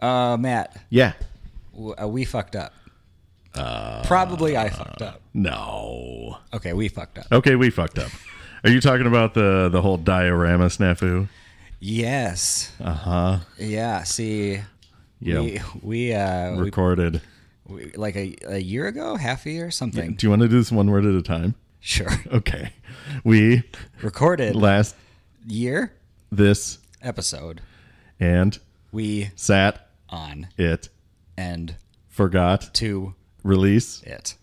Uh, Matt, Yeah. w- uh, we fucked up. Uh, Probably I fucked up. No. Okay, we fucked up. Okay, we fucked up. Are you talking about the the whole diorama snafu? Yes. Uh huh. Yeah. See, Yeah. we we, uh, we, recorded. we- like a, a year ago, half a year, something. Do you want to do this one word at a time? Sure. Okay. We Recorded last year this episode. and We sat on it and forgot to release. it.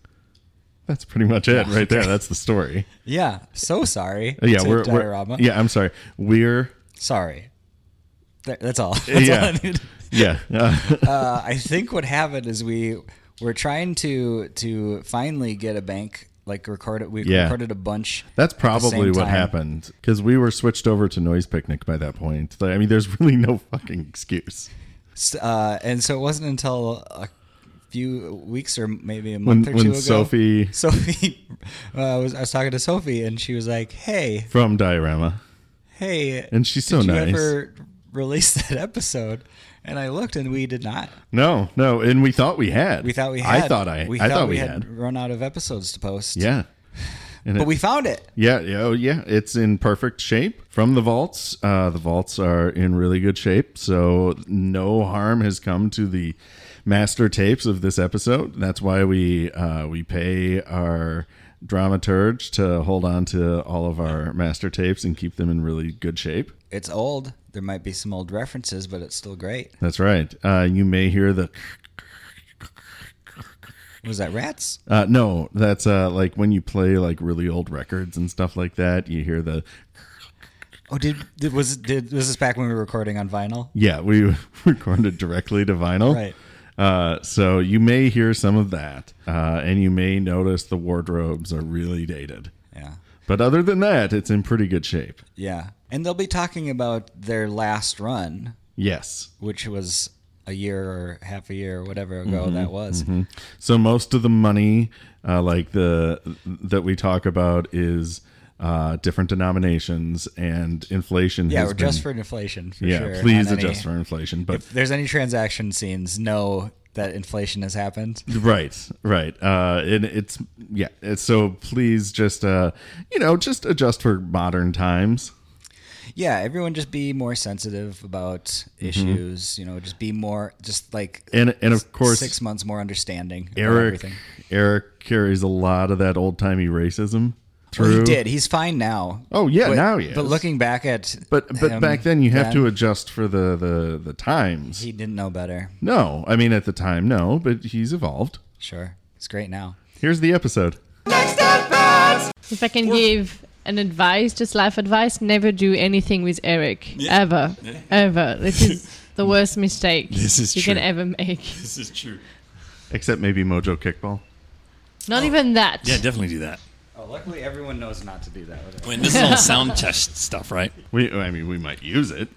That's pretty much it right there. That's the story. Yeah. So sorry. Yeah, to we're, we're- diorama. yeah. I'm sorry. We're Sorry. Th- That's all. That's all I yeah. needed. yeah. Uh, Uh, I think what happened is we were trying to to finally get a bank like record it. We Yeah. recorded a bunch. That's at the same probably what time. happened because we were switched over to Noise Picnic by that point. Like, I mean, there's really no fucking excuse. S- Uh, and so it wasn't until a few weeks or maybe a When, month or two when ago. Sophie Sophie, uh, I was I was talking to Sophie and she was like, "Hey, from Diorama, hey," and she's so did nice. you ever release that episode? And I looked and we did not. No, no, and we thought we had. We thought we had. I thought I. We I thought, we had. had, run out of episodes to post. Yeah. And But it- we found it. Yeah, yeah, oh, yeah. It's in perfect shape from the vaults. Uh, the vaults are in really good shape, so no harm has come to the master tapes of this episode. That's why we uh, we pay our dramaturge to hold on to all of our master tapes and keep them in really good shape. It's old. There might be some old references, but it's still great. That's right. Uh, you may hear the Was that rats? uh, no. That's uh, like when you play like really old records and stuff like that. You hear the Oh, did, did was did was this back when we were recording on vinyl? Yeah, we recorded directly to vinyl. Right. Uh, so you may hear some of that, uh, and you may notice the wardrobes are really dated. Yeah, But other than that, it's in pretty good shape. yeah. And they'll be talking about their last run, Yes. which was a year or half a year or whatever ago Mm-hmm. that was. So most of the money, uh, like the that we talk about, is uh, different denominations and inflation. Yeah, has or been- just for inflation. For yeah. sure. please on any- adjust for inflation. But If there's any transaction scenes, know that inflation has happened. Right, right. Uh, and it's yeah. it's- So please just uh, you know, just adjust for modern times. Yeah, everyone just be more sensitive about issues. You know, just be more, just like And and Mm-hmm. of course, six months more understanding. about Eric everything. Eric carries a lot of that old timey racism through. Well, he did. He's fine now. Oh, yeah, but, now he But is. looking back at But but him back then, you have then, to adjust for the the the times. He didn't know better. no, I mean at the time, no. But he's evolved. Sure, it's great now. Here's the episode. If I can give an advice, just life advice, never do anything with Eric. Ever. Ever. This is the worst mistake This is you can true. ever make. This is true. Except maybe Mojo Kickball. Not even that. Oh. Yeah, definitely do that. Oh, luckily everyone knows not to do that. With I mean, this is all sound test stuff, right? We I mean we might use it.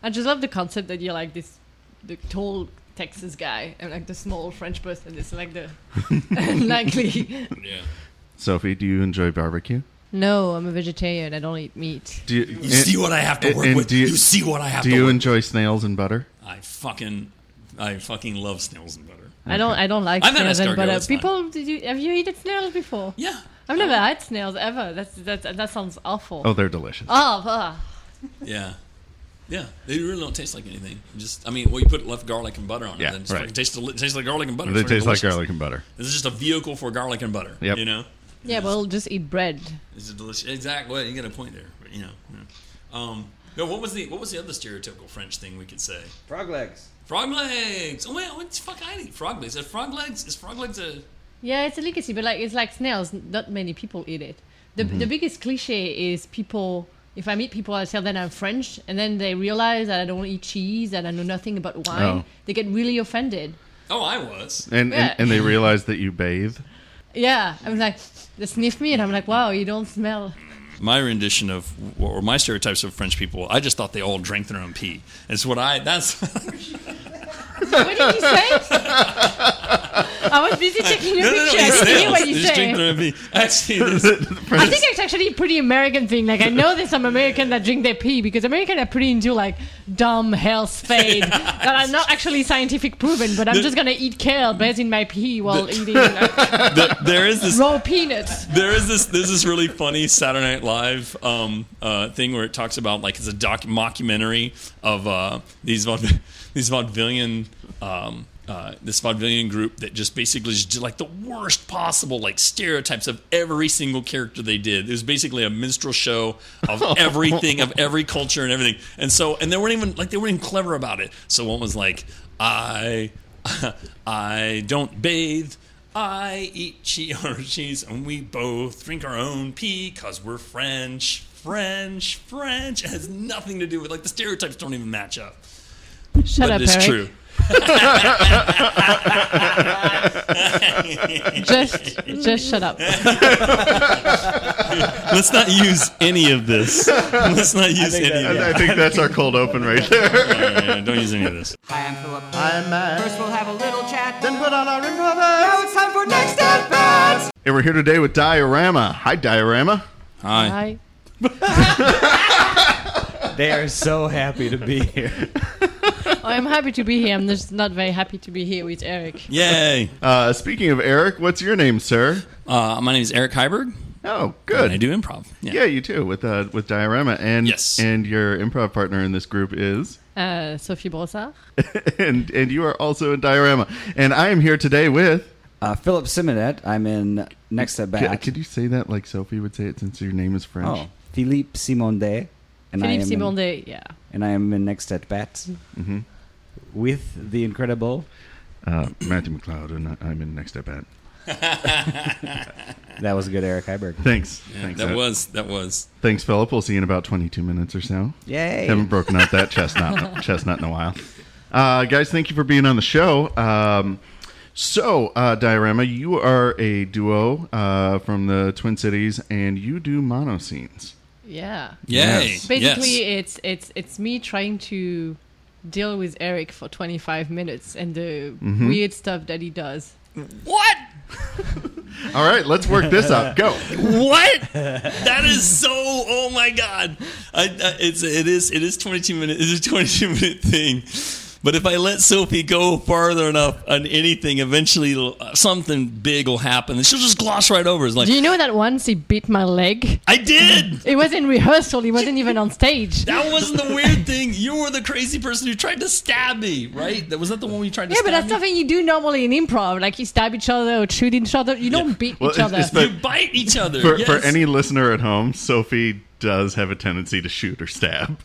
I just love the concept that you're like this the tall Texas guy and like the small French person is like the unlikely. Yeah. Sophie, do you enjoy barbecue? No, I'm a vegetarian. I don't eat meat. Do you, You see what I have to and- work and with. do You, you- see what I have Do to you work. enjoy snails and butter? I fucking, I fucking love snails and butter. I don't. I don't like I've had snails and escargot, butter. it's fine. People, did you have you eaten snails before? Yeah. Oh. I've never had snails ever. That's that. That sounds awful. Oh, they're delicious. Oh, ugh. Yeah. Yeah. They really don't taste like anything. Just, I mean, well, you put left garlic and butter on it, Yeah, and it's right. fucking tastes, deli- tastes like garlic and butter. They It's fucking taste like delicious. garlic and butter. This is just a vehicle for garlic and butter. Yep. You know, Yeah, well, just eat bread. it's a delicious. Exactly. Well, you got a point there. But, you know. yeah. Um. No, what was the what was the other stereotypical French thing we could say? Frog legs. Frog legs. Oh wait, what the fuck? I eat frog legs. Is frog legs? Is frog legs a Yeah, it's a delicacy, but like it's like snails. Not many people eat it. The, the biggest cliche is people. If I meet people, I tell them I'm French, and then they realize that I don't eat cheese and I know nothing about wine. Oh. They get really offended. Oh, I was. And, Yeah. and and they realize that you bathe. Yeah, I was like, they sniff me, and I'm like, wow, you don't smell. My rendition of or my stereotypes of French people, I just thought they all drank their own pee. It's what I. That's what did you say? I was busy taking a No, no, no. picture. I it's can hear sales. what you Just drink say. the Red Bee. Actually, it is. I think it's actually a pretty American thing. Like I know there's some Americans that drink their pee because Americans are pretty into like dumb health spade that are not actually scientific proven. But I'm just gonna eat kale based in my pee while eating like, the- there is this raw peanuts. there is this there's this really funny Saturday Night Live um, uh, thing where it talks about like it's a doc mockumentary of uh, these vaude- these vaudevillian um, uh, this vaudevillian group that just basically just did like the worst possible like stereotypes of every single character they did. It was basically a minstrel show of everything of every culture and everything. And so and they weren't even like they weren't even clever about it. So one was like I I don't bathe. I E eat che- or cheese and we both drink our own pee because we're French. French, French. It has nothing to do with, like, the stereotypes don't even match up. Shut but up, it's Eric. true. Just, just shut up. Let's not use any of this. Let's not use think any that- of I that. think that's our cold open right there. Yeah, yeah, don't use any of this. I am Philip. I'm mad. First, we'll have a little chat. Then put on our inverters. uh, Now it's time for next at bat. And we're here today with Diorama. Hi, Diorama. Hi. I, They are so happy to be here. Oh, I'm happy to be here. I'm just not very happy to be here with Eric. Yay. Uh, speaking of Eric, what's your name, sir? Uh, my name is Eric Heiberg. Oh, And I good. do improv. Yeah, you too with uh, with Diorama and Yes. and your improv partner in this group is Uh, Sophie Brossard. and and you are also in Diorama. And I am here today with. Uh, Philip Simonet. I'm in next at Can, bat. could you say that like Sophie would say it since your name is French? oh, Philippe Simondet. And I Philippe am in- Simonde. Yeah. and I am in next at bat Mm-hmm. with the incredible. Uh, Matthew McLeod, and I- I'm in Next Step At. That was good, Eric Heiberg. Thanks. Thanks, That Ed. was, that was. Thanks, Philip. We'll see you in about 22 minutes or so. Yay! Haven't broken out that chestnut chestnut in a while. Uh, guys, thank you for being on the show. Um, so, uh, Diorama, you are a duo uh, from the Twin Cities, and you do mono scenes. Yeah. Yay. Yes. Basically, Yes. it's it's it's me trying to deal with Eric for 25 minutes and the weird stuff that he does. What? All right, let's work this up. Go. What? That is so. Oh my god! I, I, it's it is it is twenty two minute. It's a twenty two minute thing. But if I let Sophie go farther enough on anything, eventually it'll- uh, something big will happen, and she'll just gloss right over. It's like Do you know that once he bit my leg? I did. It was in rehearsal. It wasn't even on stage. That wasn't the weird thing. You were the crazy person who tried to stab me, right? That was not the one you tried to. Yeah, stab but that's me? something you do normally in improv. Like you stab each other or shoot each other. You don't beat Well, each it's- other. it's the- You bite each other. For, for yes. any listener at home, Sophie does have a tendency to shoot or stab.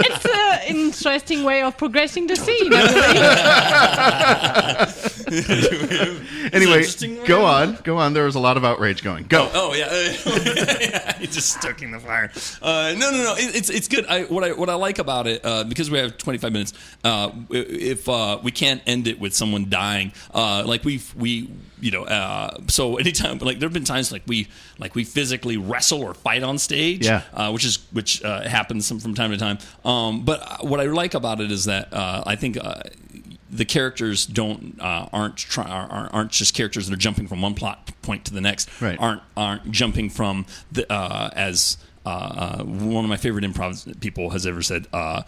It's an interesting way of progressing the scene. I believe. Anyway, interesting go round. on. Go on. There was a lot of outrage going. Go. Oh yeah, You're just stuck in the fire. Uh, no, no, no. It, it's it's good. I what I what I like about it uh, because we have 25 minutes. Uh, if uh, we can't end it with someone dying, uh, like we we you know, uh, so anytime like there have been times like we like we physically wrestle or fight on stage. Yeah. Uh, which is which uh, happens some, from time to time. Um, but uh, what I like about it is that uh, I think uh, the characters don't uh, aren't try, aren't aren't just characters that are jumping from one plot point to the next. Right. Aren't aren't jumping from the uh, as uh, uh, one of my favorite improv people has ever said. Uh,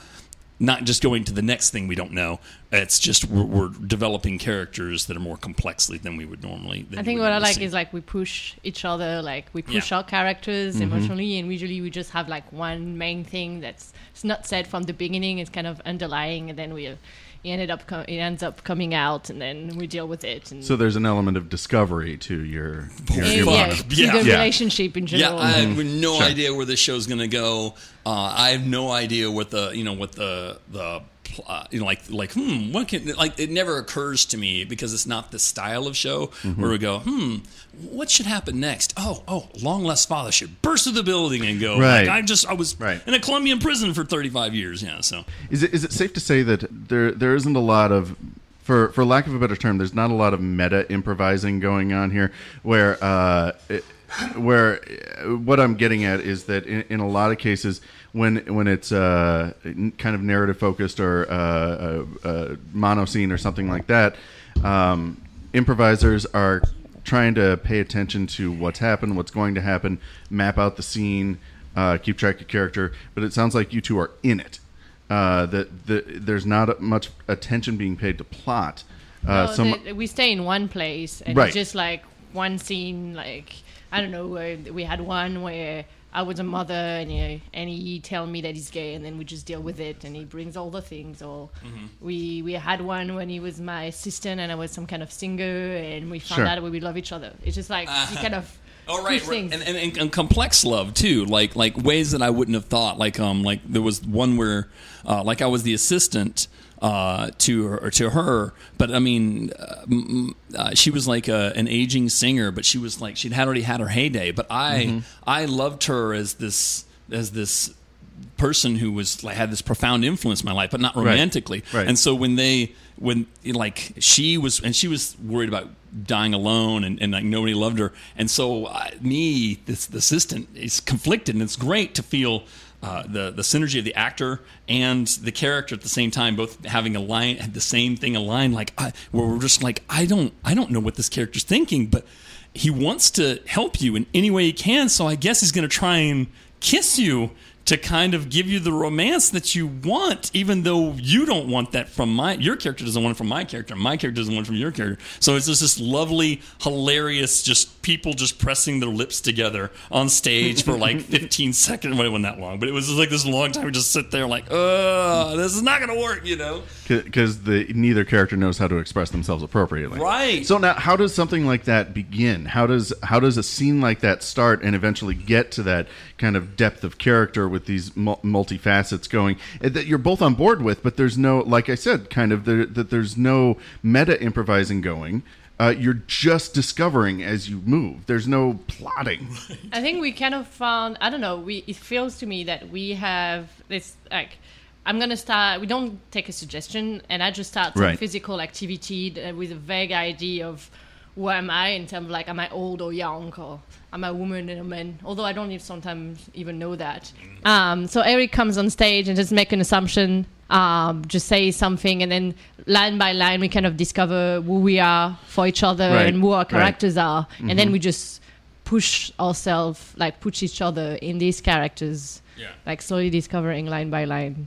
not just going to the next thing we don't know. It's just we're, we're developing characters that are more complexly than we would normally. than I you think would what I normally like see. is like we push each other, like we push Yeah. Mm-hmm. our characters emotionally, and usually we just have like one main thing that's it's not said from the beginning. It's kind of underlying, and then we it ended up com- it ends up coming out, and then we deal with it. And So there's an element of discovery to your, your, and, your yeah, fuck. mono. to Yeah. the Yeah. relationship in Yeah, general. I have no Mm-hmm. Sure. idea where this show's gonna go. Uh, I have no idea what the you know what the the pl- uh, you know like like hmm what can like it never occurs to me because it's not the style of show Mm-hmm. where we go hmm what should happen next oh oh long lost father should burst through the building and go Right. like, I just I was Right. in a Colombian prison for thirty five years yeah so Is it is it safe to say that there there isn't a lot of for, for lack of a better term, there's not a lot of meta improvising going on here, where uh, it, where uh, what I'm getting at is that in, in a lot of cases, when when it's uh, n- kind of narrative focused or uh, uh, uh, mono scene or something like that, um, improvisers are trying to pay attention to what's happened, what's going to happen, map out the scene, uh, keep track of character. But it sounds like you two are in it. Uh, that the, there's not much attention being paid to plot. Uh, No, some, the- we stay in one place and Right. it's just like one scene like i don't know where we had one where i was a mother and he, and he tell me that he's gay and then we just deal with it and he brings all the things or Mm-hmm. we we had one when he was my assistant and i was some kind of singer and we found Sure. out we love each other it's just like you kind of Oh push right, right. things. And, and, and and complex love too, like like ways that I wouldn't have thought. Like um, like there was one where, uh, like I was the assistant uh to her or to her, but I mean, uh, m- m- uh, she was like a, an aging singer, but she was like she'd had already had her heyday. But I I loved her as this as this person who was like had this profound influence in my life, but not romantically. Right. And so when they when like she was and she was worried about dying alone and, and like nobody loved her, and so I, me this the assistant is conflicted, and it's great to feel. Uh, the the synergy of the actor and the character at the same time, both having a line, had the same thing aligned. Like I, where we're just like, I don't, I don't know what this character's thinking, but he wants to help you in any way he can. So I guess he's going to try and kiss you to kind of give you the romance that you want, even though you don't want that from my your character doesn't want it from my character, my character doesn't want it from your character. So it's just this lovely, hilarious, just people just pressing their lips together on stage for like 15 seconds. Well, it wasn't that long, but it was just like this long time. We just sit there like, uh, this is not gonna work, you know. because the neither character knows how to express themselves appropriately. Right. So now, how does something like that begin? How does how does a scene like that start and eventually get to that kind of depth of character with these mul- multifacets going eh, that you're both on board with? But there's no, like I said, kind of there, that there's no meta improvising going. Uh, you're just discovering as you move. There's no plotting. I think we kind of found. I don't know. We it feels to me that we have this like. I'm gonna start. We don't take a suggestion, and I just start some Right. physical activity th- with a vague idea of where am I in terms of like am I old or young or am I a woman and a man? Although I don't even sometimes even know that. Um, so Eric comes on stage and just make an assumption, um, just say something, and then line by line we kind of discover who we are for each other Right, and who our right. characters are, and then we just push ourselves, like push each other in these characters, Yeah. like slowly discovering line by line.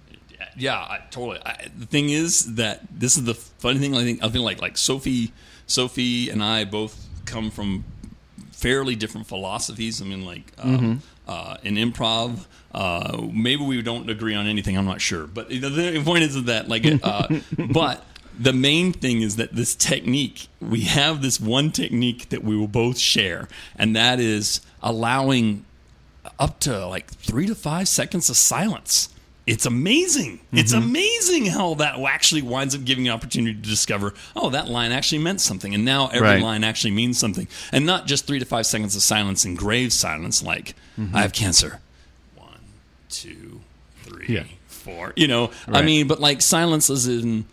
yeah, I, totally. I, the thing is that this is the funny thing. I think I think like like Sophie, Sophie and I both come from fairly different philosophies. I mean, like um, uh, in improv, uh, maybe we don't agree on anything. I'm not sure, but the- the point is that like, uh, but the main thing is that this technique we have this one technique that we will both share, and that is allowing up to like three to five seconds of silence. It's amazing. It's Mm-hmm. amazing how that actually winds up giving you opportunity to discover, oh, that line actually meant something. And now every Right. line actually means something. And not just three to five seconds of silence and grave silence, like, Mm-hmm. I have cancer. One, two, three, four. Yeah. You know, I Right. mean, but like silence is in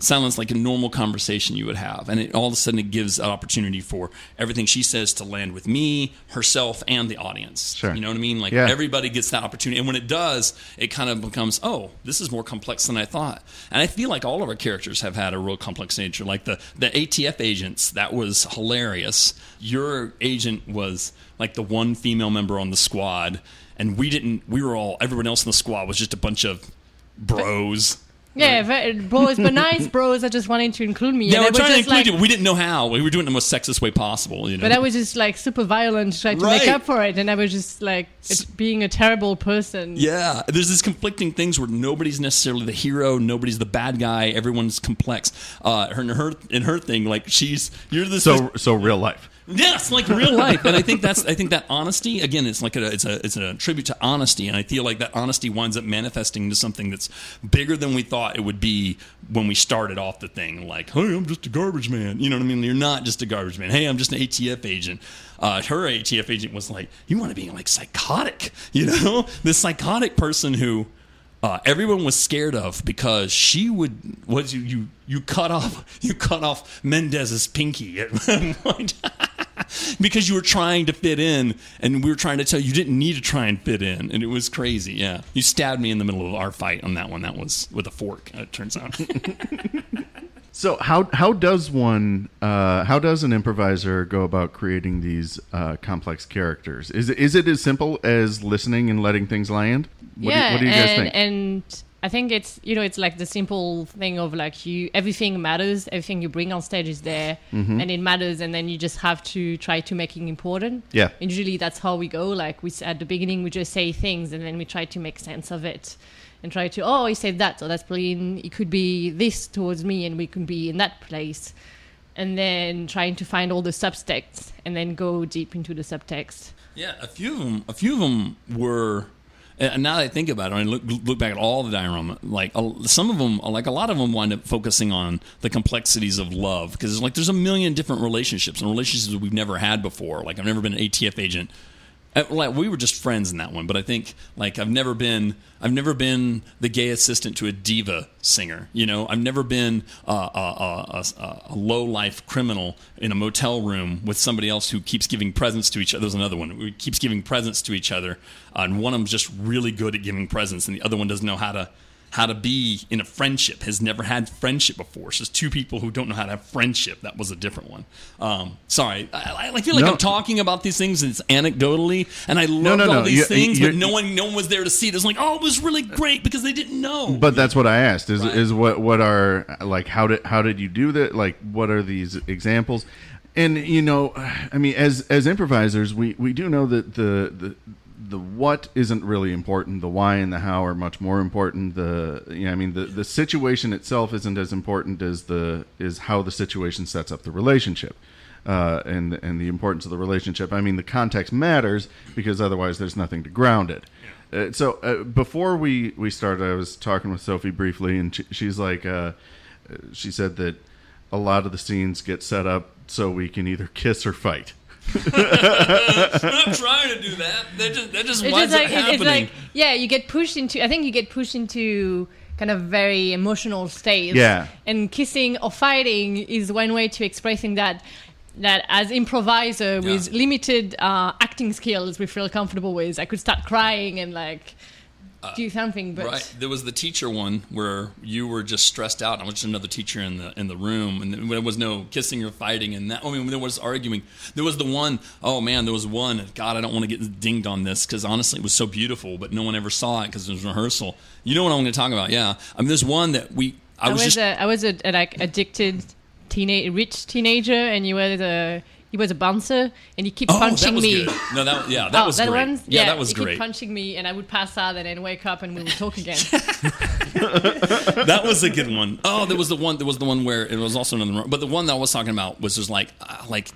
silence like a normal conversation you would have and it all of a sudden it gives an opportunity for everything she says to land with me herself and the audience Sure. you know what i mean like Yeah. everybody gets that opportunity and when it does it kind of becomes oh this is more complex than i thought and i feel like all of our characters have had a real complex nature like the the atf agents that was hilarious your agent was like the one female member on the squad and we didn't we were all everyone else in the squad was just a bunch of bros Yeah, very, bros, but nice bros. I just wanted to include me. yeah, And we're I was trying to just include like, you. but We didn't know how. We were doing it the most sexist way possible. You know. But I was just like super violent, to try to make Right. up for it, and I was just like it- being a terrible person. yeah, there's these conflicting things where nobody's necessarily the hero, nobody's the bad guy. Everyone's complex. Uh, her, in her in her thing, like she's you're this. So so real life. Yes, like real life, and I think that's I think that honesty again. It's like a it's a it's a tribute to honesty, and I feel like that honesty winds up manifesting into something that's bigger than we thought it would be when we started off the thing. Like, hey, I'm just a garbage man. You know what I mean? You're not just a garbage man. Hey, I'm just an ATF agent. Uh, her ATF agent was like, you want to be like psychotic, you know? This psychotic person who uh, everyone was scared of because she would was you you you cut off you cut off Mendez's pinky at one point. because you were trying to fit in, and we were trying to tell you you didn't need to try and fit in, and it was crazy. Yeah, you stabbed me in the middle of our fight on that one. That was with a fork. It turns out. So how how does one uh, how does an improviser go about creating these uh, complex characters? Is it, is it as simple as listening and letting things land? What do you, what do you and, guys think? and I think it's you know it's like the simple thing of like you everything matters, everything you bring on stage is there, Mm-hmm. and it matters, and then you just have to try to make it important. Yeah. and usually that's how we go. Like we s- at the beginning we just say things, and then we try to make sense of it, and try to oh he said that, so that's playing. It could be this towards me, and we could be in that place. And then trying to find all the subtexts, and then go deep into the subtext. Yeah, a few of them. A few of them were. And now that I think about it, I mean, look, look back at all the diorama. Like a- some of them, like a lot of them, wind up focusing on the complexities of love because like there's a million different relationships and relationships we've never had before. Like I've never been an ATF agent. Uh, Like we were just friends in that one, but I think like I've never been I've never been the gay assistant to a diva singer. You know, I've never been uh, a, a, a, a low life criminal in a motel room with somebody else who keeps giving presents to each other. There's another one who keeps giving presents to each other, uh, and one of them's just really good at giving presents, and the other one doesn't know how to how to be in a friendship has never had friendship before. It's just two people who don't know how to have friendship. That was a different one. Um, sorry, I, I- I feel like No. I'm talking about these things and it's anecdotally, and I No, loved no, all no. these You- things, you're- but no one, no one was there to see it. It was like, oh, it was really great because they didn't know. But that's what I asked. Is Oh, Right. is what what are like how did how did you do that? Like what are these examples? And you know, I mean, as as improvisers, we we do know that the the the what isn't really important. The why and the how are much more important. The you know, I mean, the the situation itself isn't as important as the is how the situation sets up the relationship. Uh, and and the importance of the relationship. I mean, the context matters because otherwise, there's nothing to ground it. Uh, so uh, before we we started, I was talking with Sophie briefly, and she, she's like, uh, uh, she said that a lot of the scenes get set up so we can either kiss or fight. They're not trying to do that. They're just, they're just, It's why just is like it it- it's happening? like yeah, you get pushed into. I think you get pushed into kind of very emotional states. Yeah. And kissing or fighting is one way to expressing that. That as improviser with Yeah. limited uh, acting skills, we feel comfortable with. I could start crying and like do something, but Uh, Right. There was the teacher one where you were just stressed out. and I was just another teacher in the in the room, and there was no kissing or fighting, and that. I mean, there was arguing. There was the one oh man, there was one. God, I don't want to get dinged on this because honestly, it was so beautiful, but no one ever saw it because it was rehearsal. You know what I'm going to talk about? Yeah. I mean, there's one that we. I I, was, was, just. a, I was a, a, like addicted teenage rich teenager, and you were the he was a bouncer, and he kept Oh, that punching was me. good. No, that yeah, that oh, was that great. One? yeah, that was he kept great. punching me, and I would pass out, and then wake up, and we would talk again. that was a good one. Oh, there was the one. There was the one where it was also another. But the one that I was talking about was just like, uh, like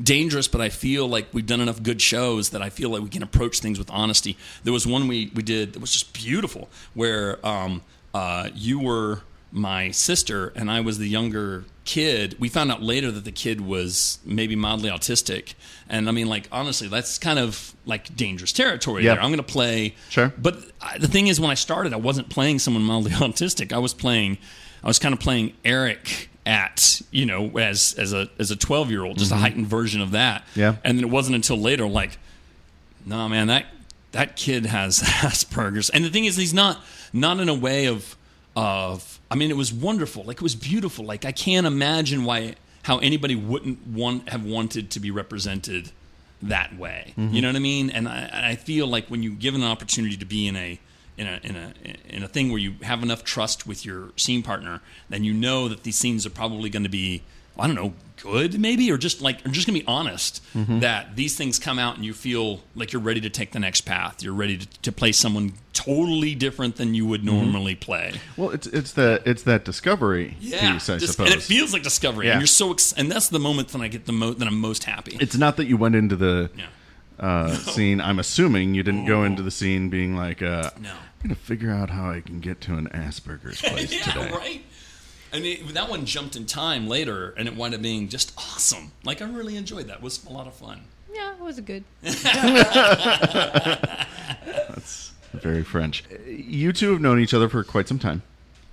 dangerous. But I feel like we've done enough good shows that I feel like we can approach things with honesty. There was one we we did that was just beautiful, where um uh you were my sister and I was the younger kid. We found out later that the kid was maybe mildly autistic, and I mean, like honestly, that's kind of like dangerous territory. Yep. There, I'm going to play. Sure. But I, the thing is, when I started, I wasn't playing someone mildly autistic. I was playing, I was kind of playing Eric at you know as as a as a twelve year old, just a heightened version of that. Yeah. And then it wasn't until later, like, no man, that that kid has Asperger's. And the thing is, he's not not in a way of of. I mean, it was wonderful. Like it was beautiful. Like I can't imagine why how anybody wouldn't want have wanted to be represented that way. You know what I mean? And I, and I feel like when you give an opportunity to be in a in a, in a in a thing where you have enough trust with your scene partner, then you know that these scenes are probably going to be I don't know good maybe or just like or just going to be honest Mm-hmm. that these things come out and you feel like you're ready to take the next path. You're ready to, to play someone totally different than you Mm-hmm. would normally play. Well, it's it's the it's that discovery piece, I Just- suppose. and it feels like discovery. Yeah. And you're so ex- and that's the moment that I get the mo- that I'm most happy. it's not that you went into the Yeah. uh, scene. I'm assuming you didn't go into the scene being like, uh, No. I'm gonna figure out how I can get to an Asperger's place yeah, today." right. And it, that one jumped in time later, and it wound up being just awesome. Like I really enjoyed that. It was a lot of fun. yeah, it was good. Very French. You two have known each other for quite some time.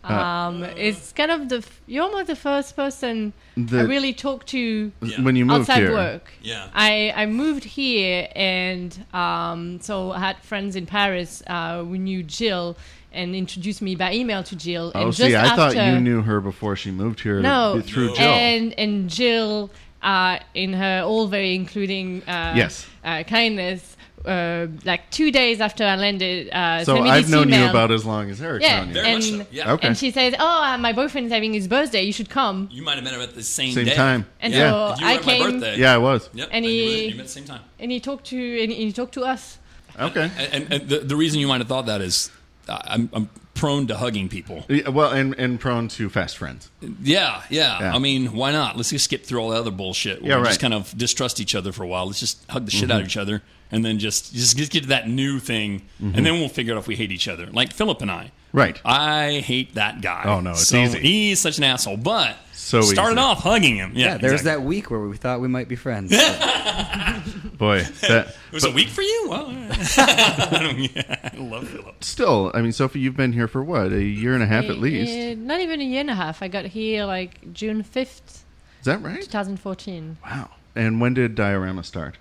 Um, it's kind of the f- you're almost the first person I The- really talked to Yeah. When you moved outside here, work. Yeah. I, I moved here and um, so I had friends in Paris. Uh, we knew Jill and introduced me by email to Jill. oh, and see, I after, thought you knew her before she moved here. No, through Jill. and and Jill, uh, in her all very including uh, Yes. uh, kindness. Uh, like two days after I landed, uh, so sent me I've this known you email. about as long as Eric's Yeah, known you. Very much And- so. Yeah. Okay. And she says, "Oh, uh, my boyfriend's having his birthday. You should come." You might have met her at the same, Same day. time. And yeah. so- And you were I at my came- birthday. yeah, I was. Yep. And And you, were- he- you met at the same time. And he talked to and he talked to us. Okay. And, and, and the, the reason you might have thought that is uh, I'm, I'm prone to hugging people. Yeah, well, and, and prone to fast friends. Yeah, yeah, Yeah. I mean, why not? Let's just skip through all the other bullshit. Where Yeah, we right. Mm-hmm. Just kind of distrust each other for a while. Let's just hug the shit out of each other, and then just just get- get to that new thing, Mm-hmm. and then we'll figure out if we hate each other. Like Philip and I. Right. I hate that guy. Oh, no, it's So easy. He's such an asshole, but So started easy. off hugging him. Yeah, there's exactly. that week where we thought we might be friends. Uh, Boy, that It was a week for you. Well, all right. I, don't, yeah, I love Philip. still, I mean, Sophie, you've been here for what? A year and a half at least. Uh, not even a year and a half. I got here like June fifth, Is that right? 2014. Wow. And when did Diorama start?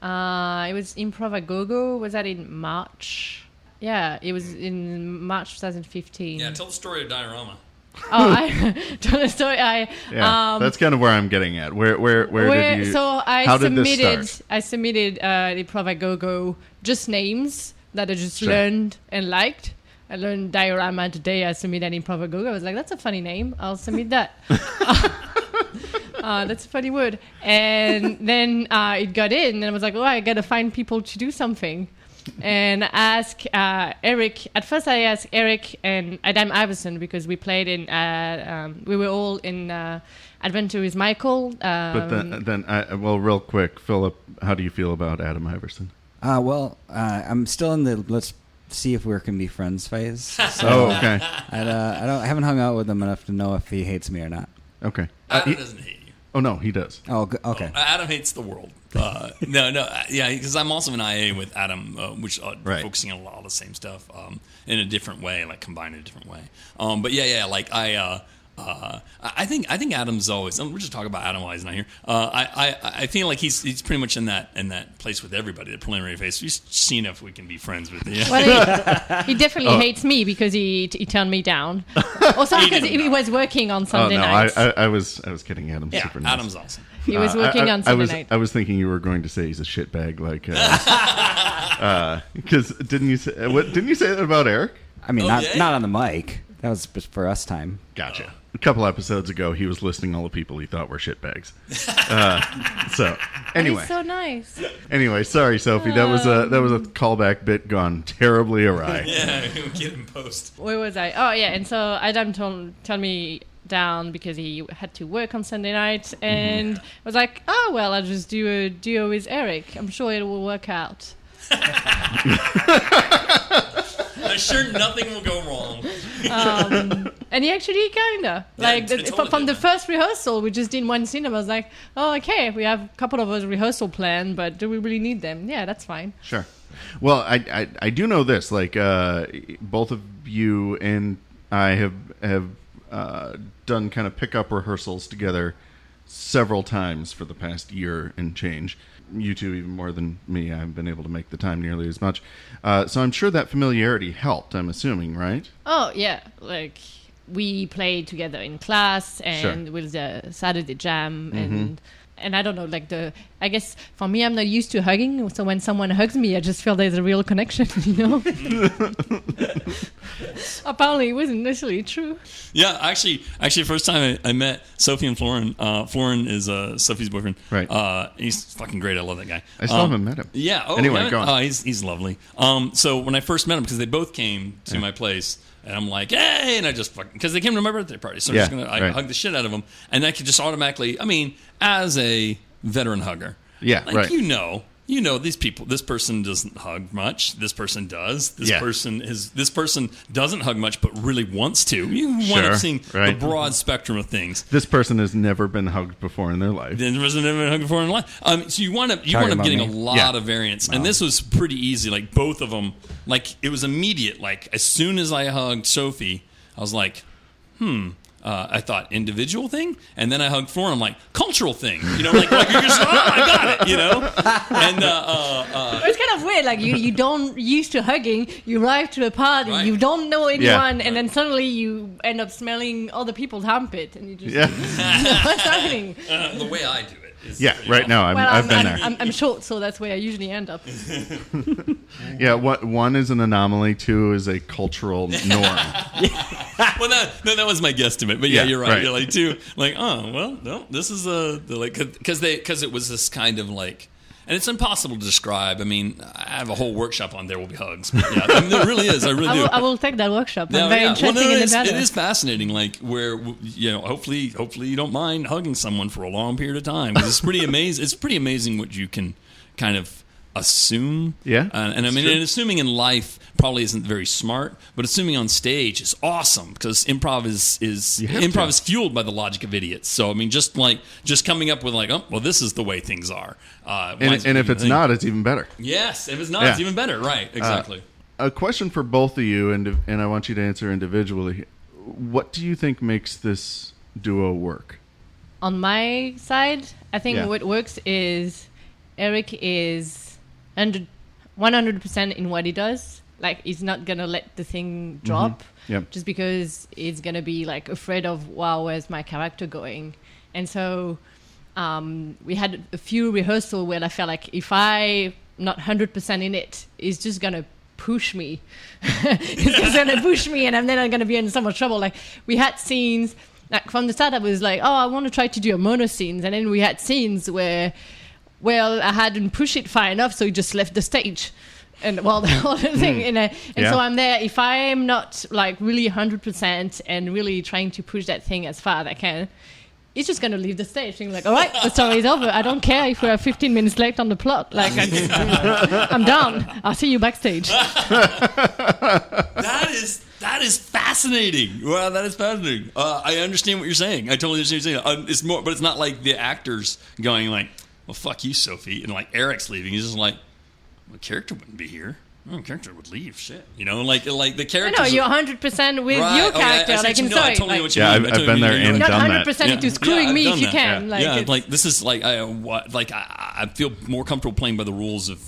Uh, it was Improv a Go Go. Was that in March? Yeah, it was in March 2015. Yeah, tell the story of Diorama. oh, I told a story. I Yeah, um, that's kind of where I'm getting at. Where where where, did you? so I how did this submitted start? I submitted uh, the Prova Go Go just names that I just Sure. learned and liked. I learned diorama today. I submit an improv go. I was like, "That's a funny name. I'll submit that." uh, that's a funny word. And then uh, it got in, and I was like, "Oh, I gotta find people to do something." And ask uh, Eric. At first, I asked Eric and Adam Iverson because we played in. Uh, um, we were all in uh, Adventure with Michael. Um, But then then I well, real quick, Philip, how do you feel about Adam Iverson? Uh, well, uh, I'm still in the let's see if we can be friends phase. So Oh, okay, I, uh, I don't I haven't hung out with him enough to know if he hates me or not. okay. Uh, Adam he- doesn't hate you. oh no, he does. Oh, g- okay. Adam hates the world. Uh, no, no, uh, yeah, because I'm also an IA with Adam, uh, which uh, Right. focusing on a lot of the same stuff um, in a different way, like combined in a different way. Um, but yeah, yeah, like I. Uh, uh, I I think I think Adam's always. and We're just talking about Adam while he's not here. Uh, I, I I feel like he's he's pretty much in that in that place with everybody. The preliminary phase. We've seen if we can be friends with you. Well, he, he definitely Oh. hates me because he he turned me down. Also because didn't he, know. was working on Oh Sunday no, I, nights. I I was I was kidding. Adam's yeah, super nice. Adam's awesome. he was Uh, I- working I, on I Sunday was, night. I was thinking you were going to say he's a shitbag, like because didn't you say uh, what? Didn't you say that about Eric? I mean, Oh, not yeah? not on the mic. That was just for us time. Gotcha. A couple episodes ago, he was listing all the people he thought were shitbags. Uh, so anyway, He's so nice. anyway, sorry, Sophie. That was a that was a callback bit gone terribly awry. Yeah, we'll get him post. Where was I? Oh yeah, and so Adam turned turned me down because he had to work on Sunday night, Mm-hmm. and I was like, oh well, I'll just do a duo with Eric. I'm sure it will work out. I'm sure nothing will go wrong. And he actually kinda like it- it the- totally from did, the man. first rehearsal, we just did one scene. and I was like, oh okay, we have a couple of us rehearsal planned, but do we really need them? Yeah, that's fine. Sure. Well, I, I I do know this. Like, uh, both of you and I have have uh, done kind of pickup rehearsals together several times for the past year and change. You two even more than me. I haven't been able to make the time nearly as much. Uh, so I'm sure that familiarity helped. I'm assuming, right? Oh yeah, like we played together in class and Sure. Mm-hmm. with the Saturday jam and and I don't know like the I guess for me I'm not used to hugging so when someone hugs me I just feel there's a real connection you know. Apparently it wasn't necessarily true. Yeah, actually, actually, first time I, I met Sophie and Florin. Uh, Florin is uh, Sophie's boyfriend. Right. Uh, he's fucking great. I love that guy. I still Um, haven't met him. Yeah. Oh, Anyway, yeah. go on. Oh, he's he's lovely. Um, so when I first met him, because they both came to my place, and I'm like, hey, and I just fucking because they came to my birthday party, so I'm just Yeah, gonna I right. hug the shit out of them, and I could just automatically. I mean, as a veteran hugger, Yeah, like right. you know. You know these people. This person doesn't hug much. This person does. This Yeah. person is. This person doesn't hug much, but really wants to. You want Sure, to see right. the broad spectrum of things. This person has never been hugged before in their life. Then there wasn't ever hung before in life. Um, so you wind up you Talking wind up about me? getting a lot Yeah. of variants, and this was pretty easy. Like both of them, like it was immediate. Like as soon as I hugged Sophie, I was like, uh, I thought individual thing, and then I hugged Florin. I'm like cultural thing, you know, like, like you're just, oh, I got it, you know. And uh, uh, It's kind of weird. Like you, you don't used to hugging. You arrive to a party, Right. you don't know anyone, Right. and then suddenly you end up smelling other people's armpit, and you just Yeah. what's happening? uh, the way I do it is Yeah, right now I'm, Well, I've I'm, been I'm, there. I'm, I'm short, so that's where I usually end up. yeah, what one is an anomaly, two is a cultural norm. well, that, no, that was my guesstimate. But yeah, Yeah, you're right. right. You're like too, like oh well, no, this is a the, like because they because it was this kind of like. And it's impossible to describe. I mean, I have a whole workshop on there will be hugs. But yeah, I mean, there really is. I really I do. will, I will take that workshop. No, I'm very yeah. interested well, no, in it, is, the it data. is fascinating. Like where w- you know, hopefully, hopefully you don't mind hugging someone for a long period of time 'cause it's pretty amazing. It's pretty amazing what you can kind of assume. Yeah, Uh, and I it's mean, true. and assuming in life probably isn't very smart, but assuming on stage is awesome because improv is is You have improv to. is fueled by the logic of idiots. So I mean, just like just coming up with like, oh, well, this is the way things are. Uh, And, winds and up if being a it's thing. not, it's even better. yes, if it's not, Yeah. Uh, it's even better. Right? Exactly. A question for both of you, and and I want you to answer individually. What do you think makes this duo work? on my side, I think Yeah. what works is Eric is under 100% in what he does. Like, he's not going to let the thing drop Yep. just because he's going to be like afraid of, wow, where's my character going? And so um, we had a few rehearsal where I felt like if I not 100% in it, it's just going to push me. it's just going to push me and I'm then I'm going to be in so much trouble. Like we had scenes like from the start, I was like, oh, I want to try to do a mono scenes. And then we had scenes where, well, I hadn't pushed it far enough. So he just left the stage. And well, the whole thing, and, uh, and Yeah. so I'm there. If I am not like really 100% and really trying to push that thing as far as I can, he's just going to leave the stage being like, all right, the story's over. I don't care if we're 15 minutes late on the plot. Like, I just, I'm done. I'll see you backstage. that is that is fascinating. Wow, that is fascinating. Uh, I understand what you're saying. I totally understand what you're saying. Um, it's more, but it's not like the actors going like, "Well, fuck you, Sophie," and like Eric's leaving. He's just like, "My character wouldn't be here. My character would leave." Shit, you know, like like the No, characters. no, are- you're 1100% with Right, your okay, I- I character. see what like, you- I'm no, sorry. I totally know like, what you Yeah, mean. I've- I I've totally been mean there what you and mean. You're done not that. 100% into screwing I've me if done you that. can. Yeah. Like, yeah, it's- like this is like I, I like I, I feel more comfortable playing by the rules of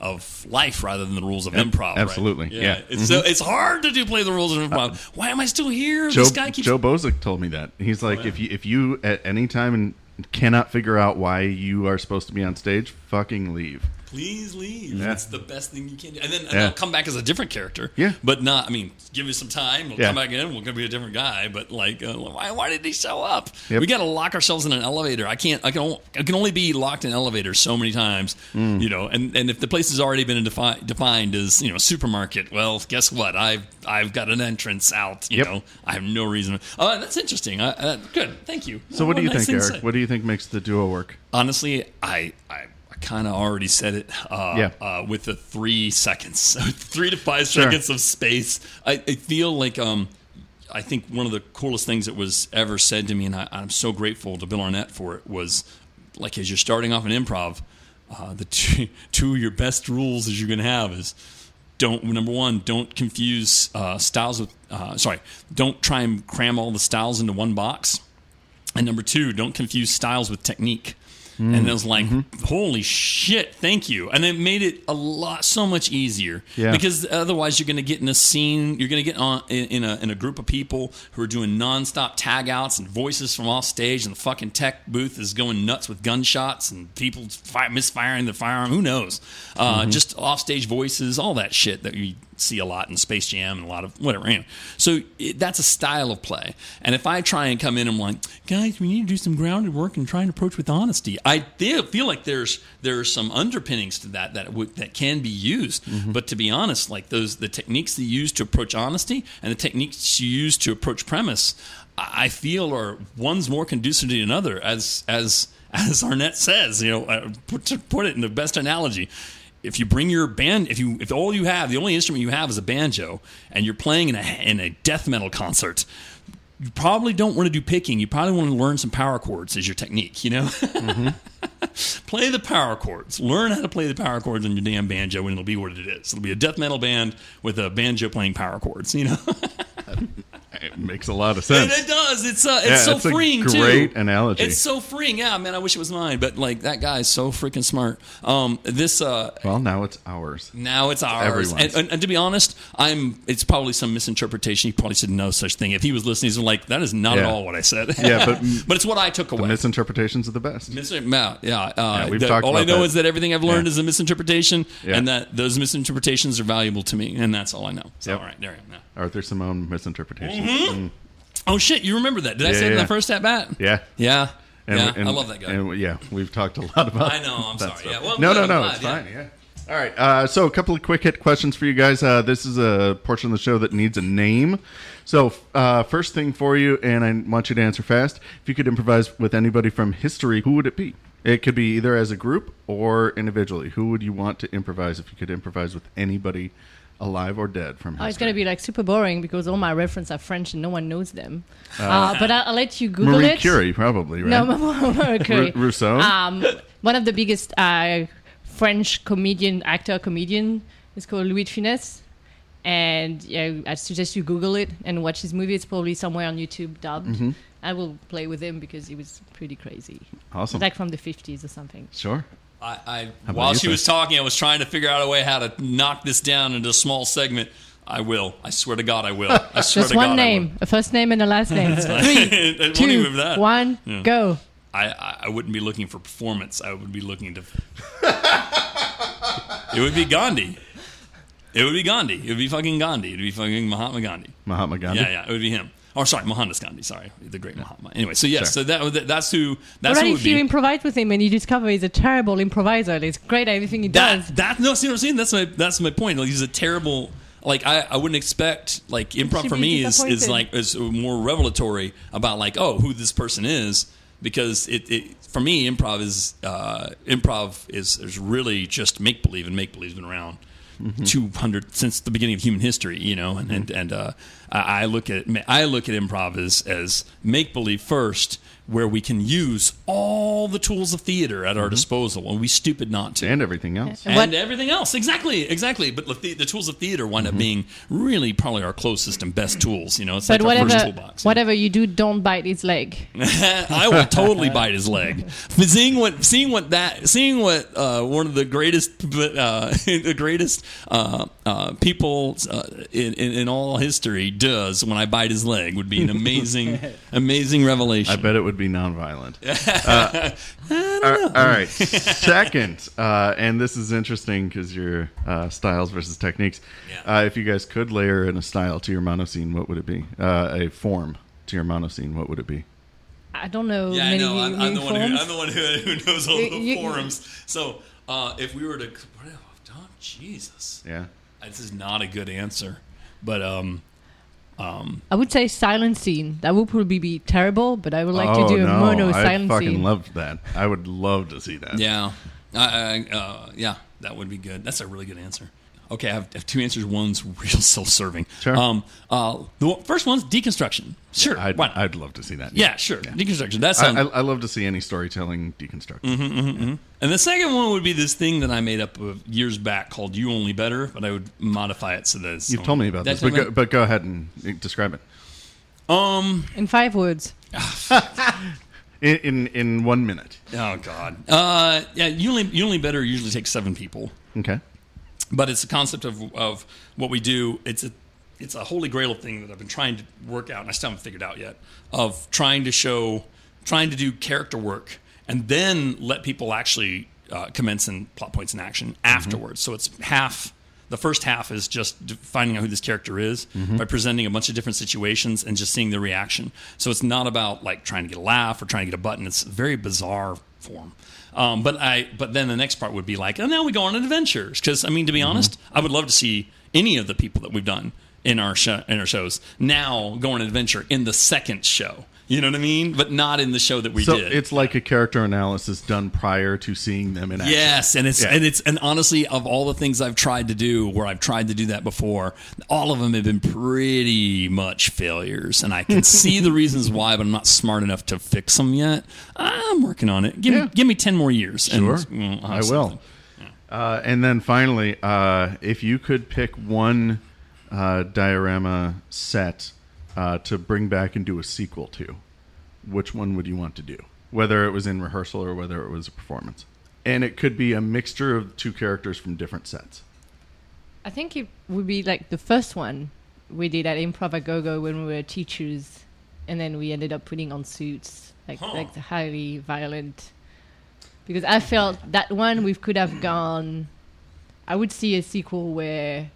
of life rather than the rules of improv. right? absolutely, yeah. Mm-hmm. It's so it's hard to do play the rules of improv. Why am I still here? Joe, this guy keeps. Joe Bozick told me that he's like, if you if you at any time and cannot figure out why you are supposed to be on stage, fucking leave. Please leave. Yeah. That's the best thing you can do. And then and Yeah. I'll come back as a different character. Yeah. But not. I mean, give me some time. We'll Yeah. come back in. We're gonna be a different guy. But like, uh, why? Why did he show up? Yep. We got to lock ourselves in an elevator. I can't. I can. o- I can only be locked in elevators so many times. Mm. You know. And and if the place has already been defi- defined as you know supermarket, well, guess what? I've I've got an entrance out. You Yep. know. I have no reason. Uh, that's interesting. Uh, uh, good. Thank you. So, what do you Oh, nice think, Eric? insight What do you think makes the duo work? honestly, I I, I kind of already said it. Uh, Yeah. uh, with the three seconds, three to five Sure. seconds of space, I, I feel like um, I think one of the coolest things that was ever said to me, and I, I'm so grateful to Bill Arnett for it, was like as you're starting off in improv, uh, the two, two of your best rules is you're gonna have is don't number one don't confuse uh, styles with uh, sorry don't try and cram all the styles into one box and number two, don't confuse styles with technique. And I was like, holy shit, thank you. And it made it a lot, so much easier. Yeah. Because otherwise, you're going to get in a scene, you're going to get on, in, in, a, in a group of people who are doing nonstop tag outs and voices from off stage, and the fucking tech booth is going nuts with gunshots and people fi- misfiring the firearm. Who knows? Uh, Just off stage voices, all that shit that you see a lot in Space Jam and a lot of whatever. Anyway, so it, that's a style of play. And if I try and come in, I'm like, guys, we need to do some grounded work and try and approach with honesty. I feel feel like there's there's some underpinnings to that that would that can be used. But to be honest, like those the techniques they use to approach honesty and the techniques you use to approach premise, I I feel are one's more conducive to another. As as as Arnett says, you know, uh, put, to put it in the best analogy if you bring your band, if you if all you have, the only instrument you have is a banjo, and you're playing in a in a death metal concert, you probably don't want to do picking. You probably want to learn some power chords as your technique. You know, play the power chords. Learn how to play the power chords on your damn banjo, and it'll be what it is. It'll be a death metal band with a banjo playing power chords. You know, I- makes a lot of It, sense. it does. It's uh, it's Yeah, so that's a freeing too. great analogy. It's so freeing. Yeah, man. I wish it was mine, but like that guy is so freaking smart. Um, this uh, Well, now it's ours. now it's ours. Everyone's. And, and, and to be honest, I'm. It's probably some misinterpretation. He probably said no such thing. If he was listening, he's like, that is not at Yeah. all what I said. Yeah, but- but it's what I took away. Misinterpretations are the best. Mis- yeah, yeah, uh, we've the- talked all I about know that. is that everything I've learned Yeah. is a misinterpretation, Yeah. and that those misinterpretations are valuable to me, and that's all I know. So, Yep. all right, there you go. Arthur Simone misinterpretations. Mm. Oh shit, you remember that? Did I Yeah, say it in yeah. the first at bat? Yeah. yeah, And- yeah. and- I love that guy. and, yeah, we've talked a lot about. I know, I'm that sorry. stuff. Yeah, well, I'm no, glad no, I'm no. glad, it's yeah. fine. Yeah. All right. Uh, so, a couple of quick hit questions for you guys. Uh, this is a portion of the show that needs a name. So, uh, first thing for you, and I want you to answer fast. If you could improvise with anybody from history, who would it be? It could be either as a group or individually. Who would you want to improvise if you could improvise with anybody, alive or dead, from history? Oh, it's gonna be like super boring because all my references are French and no one knows them. Uh, but I'll, I'll let you Google Marie it. Curie, probably, right? No, Marie Curie. Ru- Rousseau? Um, one of the biggest uh, French comedian, actor, comedian, is called Louis de Funès, and yeah, I suggest you Google it and watch his movie. It's probably somewhere on YouTube dubbed. Mm-hmm. I will play with him because he was pretty crazy, awesome. like from the fifties or something. sure. I, I about while you, she sir? was talking, I was trying to figure out a way how to knock this down into a small segment. I will. I swear to God, I will. I swear Just to one God, name, a first name and a last name. I will. Three, It won't two, even that. one, go. I, I, I wouldn't be looking for performance. I would be looking to. it would be Gandhi. It would be Gandhi. It would be fucking Gandhi. It would be fucking Mahatma Gandhi. Mahatma Gandhi. Yeah, yeah. It would be him. Or sorry, Mohandas Gandhi. Sorry, the great Mahatma. Anyway, so yeah, Sure. so that would- that's who. But That's who it would if you be. improvise with him and you discover he's a terrible improviser, and it's great at everything he does. that that no, see what I'm saying? That's my that's my point. Like he's a terrible. Like I, I wouldn't expect like improv She'd for be me is is disappointed. like is more revelatory about like oh who this person is because it, it for me improv is uh, improv is is really just make believe and make believe's been around. Mm-hmm. 200 since the beginning of human history you know and and, and uh, I I look at I look at improv as as make believe first where we can use all the tools of theater at Mm-hmm. our disposal and we stupid not to And everything else. And what- and everything else. Exactly, exactly. But the, the, tools of theater wind Mm-hmm. up being really probably our closest and best tools. You know, it's But like our first whatever, toolbox. whatever you do, don't bite his leg. I will totally bite his leg. But seeing what, seeing what that, seeing what uh, one of the greatest, uh, the greatest uh, uh, people uh, in, in in all history does when I bite his leg would be an amazing, amazing revelation. I bet it would be nonviolent. Uh, all- all right. Second, uh, and this is interesting because your uh, styles versus techniques. Yeah. Uh, if you guys could layer in a style to your monoscene, what would it be? Uh, a form to your monoscene, what would it be? I don't know Yeah, I many know. I'm, I'm the new one who, forms. I'm the one who, who knows all You- the you- forums. So uh, if we were to, what have I done? Jesus, Yeah. this is not a good answer. But um, I would say silent scene. That would probably be terrible, but I would like oh, to do a no, mono I silent fucking scene. loved that. I would love to see that. yeah, I, I, uh, yeah, that would be good. That's a really good answer. Okay, I have, I have two answers. One's real self-serving. Sure. Um, uh, the one- first one's deconstruction. Sure. I'd, why not? I'd love to see that. yeah, sure. Deconstruction. That sounds. Mm-hmm. I, I, I love to see any storytelling deconstructed. and the second one would be this thing that I made up of years back called "You Only Better," but I would modify it so that it's You've told me about That's this, but what I go, but go ahead and uh, describe it. In five words. In, in, in one minute. Oh God. Uh, yeah, you only you only better usually takes seven people, Okay. but it's a concept of of what we do. It's a it's a holy grail thing that I've been trying to work out, and I still haven't figured out yet. Of trying to show, trying to do character work, and then let people actually uh, commence in plot points and action afterwards. So it's half. The first half is just d- finding out who this character is by presenting a bunch of different situations and just seeing their reaction. So it's not about like trying to get a laugh or trying to get a button. It's very bizarre form. Um, but I, but then the next part would be like, and now we go on adventures. Because I mean, to be honest, I would love to see any of the people that we've done in our show, in our shows now go on an adventure in the second show. You know what I mean? But not in the show that we So did. it's like a character analysis done prior to seeing them in action. Yes, and it's Yeah. and it's and honestly, of all the things I've tried to do, where I've tried to do that before, all of them have been pretty much failures, and I can see the reasons why, but I'm not smart enough to fix them yet. I'm working on it. Give Yeah. me give me ten more years. Sure. and, mm, I'll I have will. something. Uh, and then finally, uh, if you could pick one uh, diorama set uh, to bring back and do a sequel to, which one would you want to do? Whether it was in rehearsal or whether it was a performance. And it could be a mixture of two characters from different sets. I think it would be like the first one we did at Improv a Go Go when we were teachers, and then we ended up putting on suits, like Huh. like the highly violent. Because I felt that one we could have gone. I would see a sequel where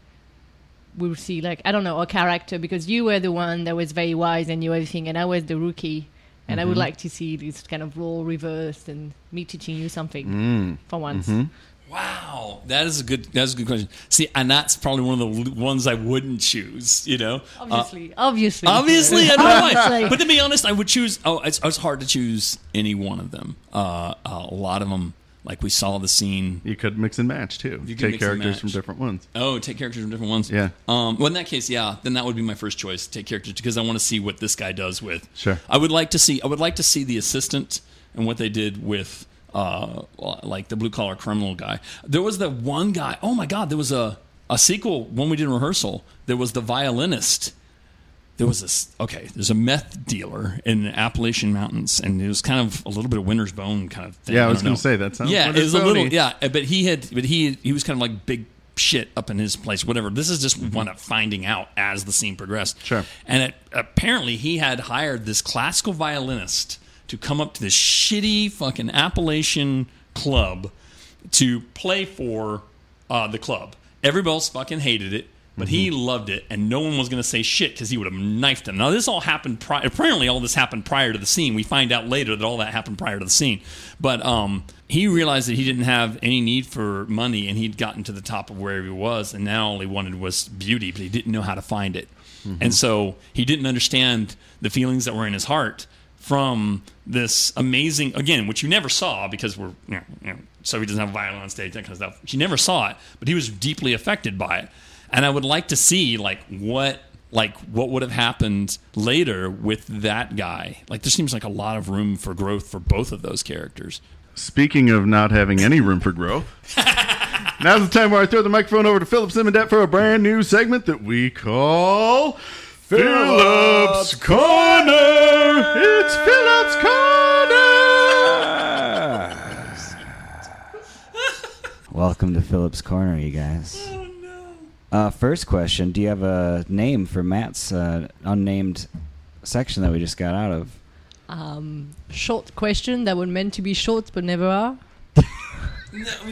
we would see like I don't know a character because you were the one that was very wise and knew everything, and I was the rookie. And Mm-hmm. I would like to see this kind of role reversed and me teaching you something Mm. for once. Mm-hmm. Wow, that is a good that's a good question. See, and that's probably one of the l- ones I wouldn't choose. You know, Uh, Obviously, obviously, Obviously, I don't know why. Obviously. But to be honest, I would choose. Oh, it's, it's hard to choose any one of them. Uh, a lot of them, like we saw the scene. You could mix and match too. You could Take mix and characters from match. different ones. Oh, take characters from different ones. Yeah. Um, well, in that case, yeah, then that would be my first choice. Take characters because I want to see what this guy does with. Sure. I would like to see. I would like to see the assistant and what they did with, uh, like the blue collar criminal guy. There was the one guy. Oh my God, there was a a sequel when we did rehearsal. There was the violinist. there was this okay there's a meth dealer in the appalachian mountains and it was kind of a little bit of winter's bone kind of thing Yeah, I was don't gonna know. say, that sounds yeah it Winter's was a little bone-y. yeah uh, but he had but he he was kind of like big shit up in his place whatever this is just one of finding out as the scene progressed Sure. and it, apparently he had hired this classical violinist to come up to this shitty fucking appalachian club to play for uh, the club. Everybody else fucking hated it, but he loved it, and no one was going to say shit because he would have knifed him. Now, this all happened. Pri- apparently, all this happened prior to the scene. We find out later that all that happened prior to the scene. But um, he realized that he didn't have any need for money, and he'd gotten to the top of where he was, and now all he wanted was beauty, but he didn't know how to find it. Mm-hmm. And so he didn't understand the feelings that were in his heart from this amazing again, which you never saw because we're you know, you know, so he doesn't have a violin on stage, that kind of stuff. She never saw it, but he was deeply affected by it. And I would like to see like what like what would have happened later with that guy. Like there seems like a lot of room for growth for both of those characters. Speaking of not having any room for growth, now's the time where I throw the microphone over to Philip Simondette for a brand new segment that we call Philip's Corner. It's Philip's Corner. Welcome to Phillips Corner, you guys. Oh no. Uh, first question: Do you have a name for Matt's uh, unnamed section that we just got out of? um, short question that were meant to be short but never are.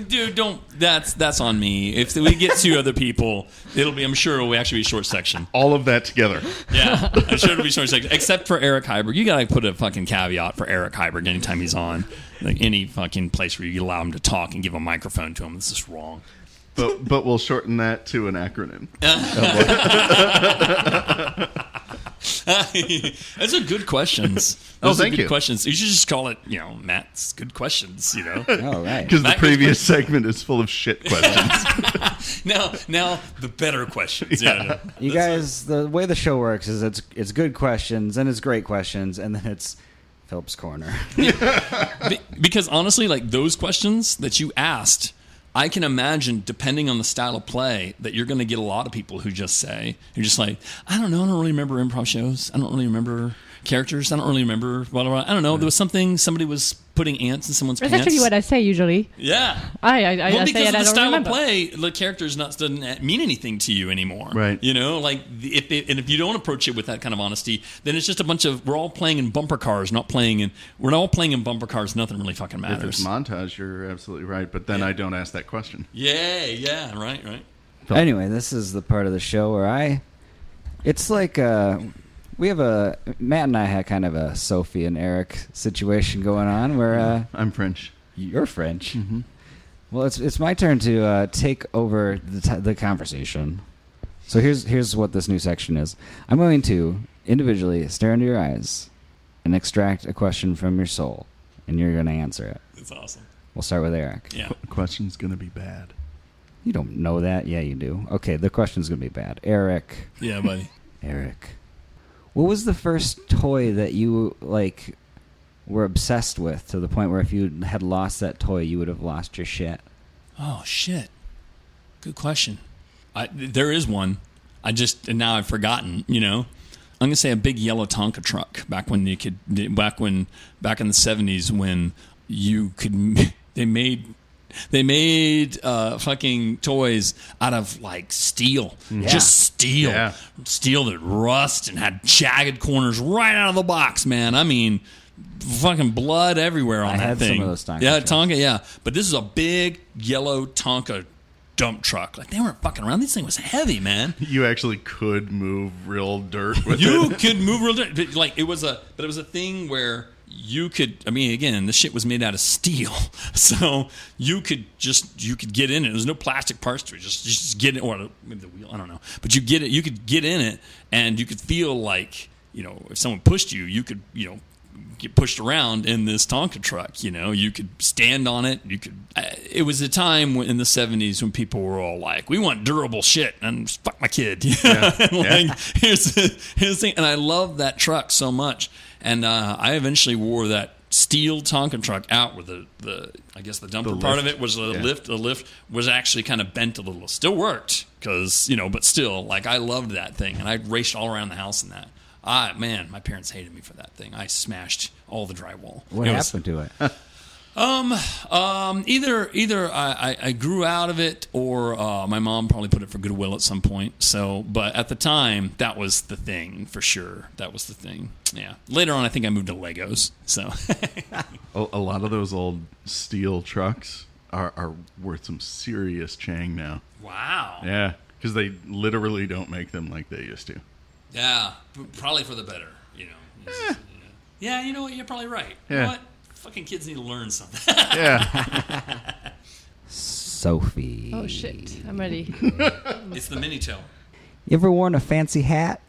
Dude, don't that's that's on me. If we get two other people, it'll be I'm sure it'll actually be a short section. All of that together. Yeah, I'm sure it'll be short section. Except for Eric Hyberg. You gotta put a fucking caveat for Eric Hyberg anytime he's on. Like any fucking place where you allow him to talk and give a microphone to him. This is wrong. But but we'll shorten that to an acronym. Those are good questions. Oh, Those are thank good you. questions. You should just call it, you know, Matt's good questions, you know. Oh, right. Because the That goes previous segment is full of shit questions. now now the better questions. Yeah. You guys, the way the show works is it's it's good questions and it's great questions and then it's Phillips Corner. Be- because honestly, like those questions that you asked, I can imagine, depending on the style of play, that you're going to get a lot of people who just say, "You're just like, I don't know, I don't really remember improv shows. I don't really remember characters. I don't really remember blah blah. blah. I don't know. There was something somebody was putting ants in someone's That's pants. actually what I say usually. yeah. I I, I, well, I because say of it, the I don't style remember. of play, the character's not doesn't mean anything to you anymore. Right. You know, like the- if it, and if you don't approach it with that kind of honesty, then it's just a bunch of we're all playing in bumper cars, not playing in we're all playing in bumper cars. Nothing really fucking if it's matters. montage, you're absolutely right. But then I don't ask that question. Yeah, yeah, right, right. Anyway, this is the part of the show where I. It's like uh, we have a Matt and I had kind of a Sophie and Eric situation going on where uh, I'm French. you're French. Well, it's it's my turn to uh, take over the t- the conversation. So here's here's what this new section is. I'm going to individually stare into your eyes and extract a question from your soul, and you're going to answer it. It's awesome. We'll start with Eric. Yeah. The question's gonna be bad. You don't know that? Yeah, you do. Okay, the question's going to be bad. Eric. Yeah, buddy. Eric. What was the first toy that you like were obsessed with to the point where if you had lost that toy, you would have lost your shit? Oh shit. Good question. I, there is one. I just and now I've forgotten, you know. I'm gonna say a big yellow Tonka truck back when you could back when back in the 70s when you could they made they made uh, fucking toys out of like steel, just steel, Mm-hmm. Yeah. steel that rust and had jagged corners right out of the box, man. I mean, fucking blood everywhere on I that had some thing. of those Tonka yeah, trucks. Tonka, yeah. But this is a big yellow Tonka dump truck. Like they weren't fucking around. This thing was heavy, man. You actually could move real dirt with You it. could move real di- but like it was a but it was a thing where you could I mean again the shit was made out of steel so you could just you could get in it there's no plastic parts to it just just get it or maybe the wheel I don't know but you get it you could get in it and you could feel like you know if someone pushed you you could you know get pushed around in this Tonka truck you know you could stand on it you could uh, it was a time when, in the 70s when people were all like we want durable shit and fuck my kid And, like, here's the, here's the thing, and I love that truck so much. And uh, I eventually wore that steel Tonkin truck out with the, the I guess the dumper part of lift. it was the Yeah. lift. The lift was actually kind of bent a little. Still worked because you know, but still, like I loved that thing, and I raced all around the house in that. Ah, man, my parents hated me for that thing. I smashed all the drywall. What It was- happened to it? um, either either I, I, I grew out of it, or uh, my mom probably put it for goodwill at some point. So, but at the time, that was the thing for sure. That was the thing. Yeah. Later on, I think I moved to Legos. So, A, a lot of those old steel trucks are, are worth some serious chang now. wow. Yeah. Yeah, because they literally don't make them like they used to. p- probably for the better. You know. It's just- yeah. You know what? You're probably right. You know Yeah. what? Fucking kids need to learn something. Yeah, Sophie. Oh shit! I'm ready. it's the mini toe. You ever worn a fancy hat?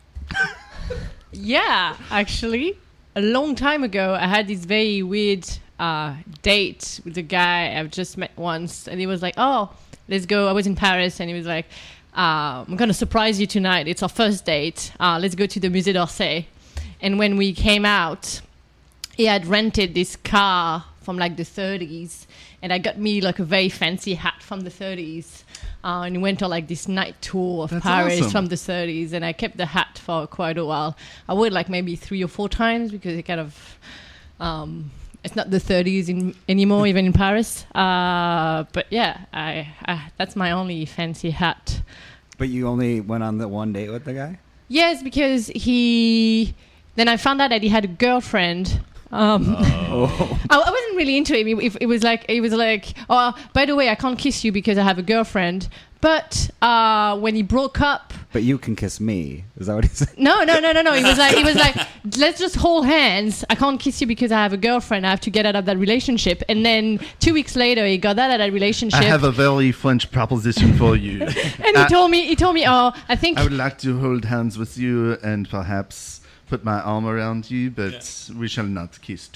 Yeah, actually, a long time ago, I had this very weird uh, date with a guy I've just met once, and he was like, "Oh, let's go." I was in Paris, and he was like, uh, "I'm gonna surprise you tonight. It's our first date. Uh, let's go to the Musée d'Orsay." And when we came out, he had rented this car from like the 30s and i got me like a very fancy hat from the 30s uh, and went on like this night tour of That's paris awesome. from the 30s and i kept the hat for quite a while i wore it like maybe three or four times because it kind of um, it's not the 30s in, anymore even in paris uh, but yeah I, I, that's my only fancy hat But you only went on the one date with the guy? Yes, because he. Then I found out that he had a girlfriend. Oh. Um, Oh. I, I wasn't really into him. It, it was like it was like, oh, by the way, I can't kiss you because I have a girlfriend. But uh, when he broke up, But you can kiss me. Is that what he said? no, no, no, no, no. It was like it was like, let's just hold hands. I can't kiss you because I have a girlfriend. I have to get out of that relationship. And then two weeks later, he got out of that relationship, a very French proposition for you. and he told me, he told me, oh, I think I would like to hold hands with you and perhaps put my arm around you, but we shall not kiss.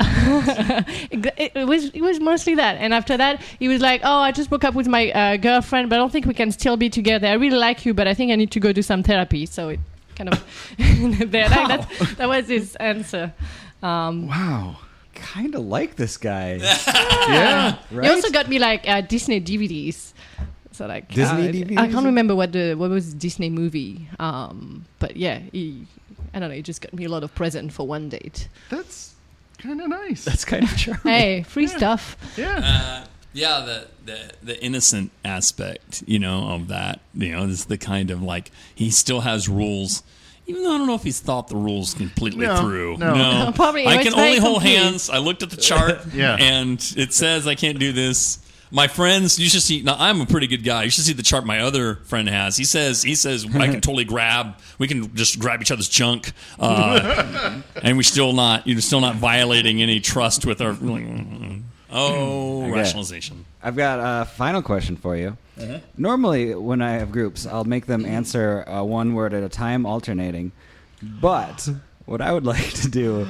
Ex- it, it was it was mostly that and after that he was like oh i just broke up with my uh, girlfriend but i don't think we can still be together i really like you but i think i need to go do some therapy so it kind of there, that, that's- that was his answer um, wow. Kind of like this guy. Yeah. Right? he also got me like uh, disney dvds so like Disney uh, DVDs? i can't remember what the what was the disney movie um, but yeah he I don't know. He just got me a lot of present for one date. That's kind of nice. That's kind of charming. Hey, free stuff. yeah. Uh, yeah the, the the innocent aspect you know of that you know is the kind of like he still has rules even though I don't know if he's thought the rules completely No, through. no. Probably, I it's can very only hold confused. hands. I looked at the chart, Yeah. and it says I can't do this. My friends, you should see. Now I'm a pretty good guy. You should see the chart my other friend has. He says he says I can totally grab. We can just grab each other's junk, uh, and we're still not you're still not violating any trust with our. oh, rationalization. I've got a final question for you. Normally, when I have groups, I'll make them answer uh, one word at a time, alternating. But what I would like to do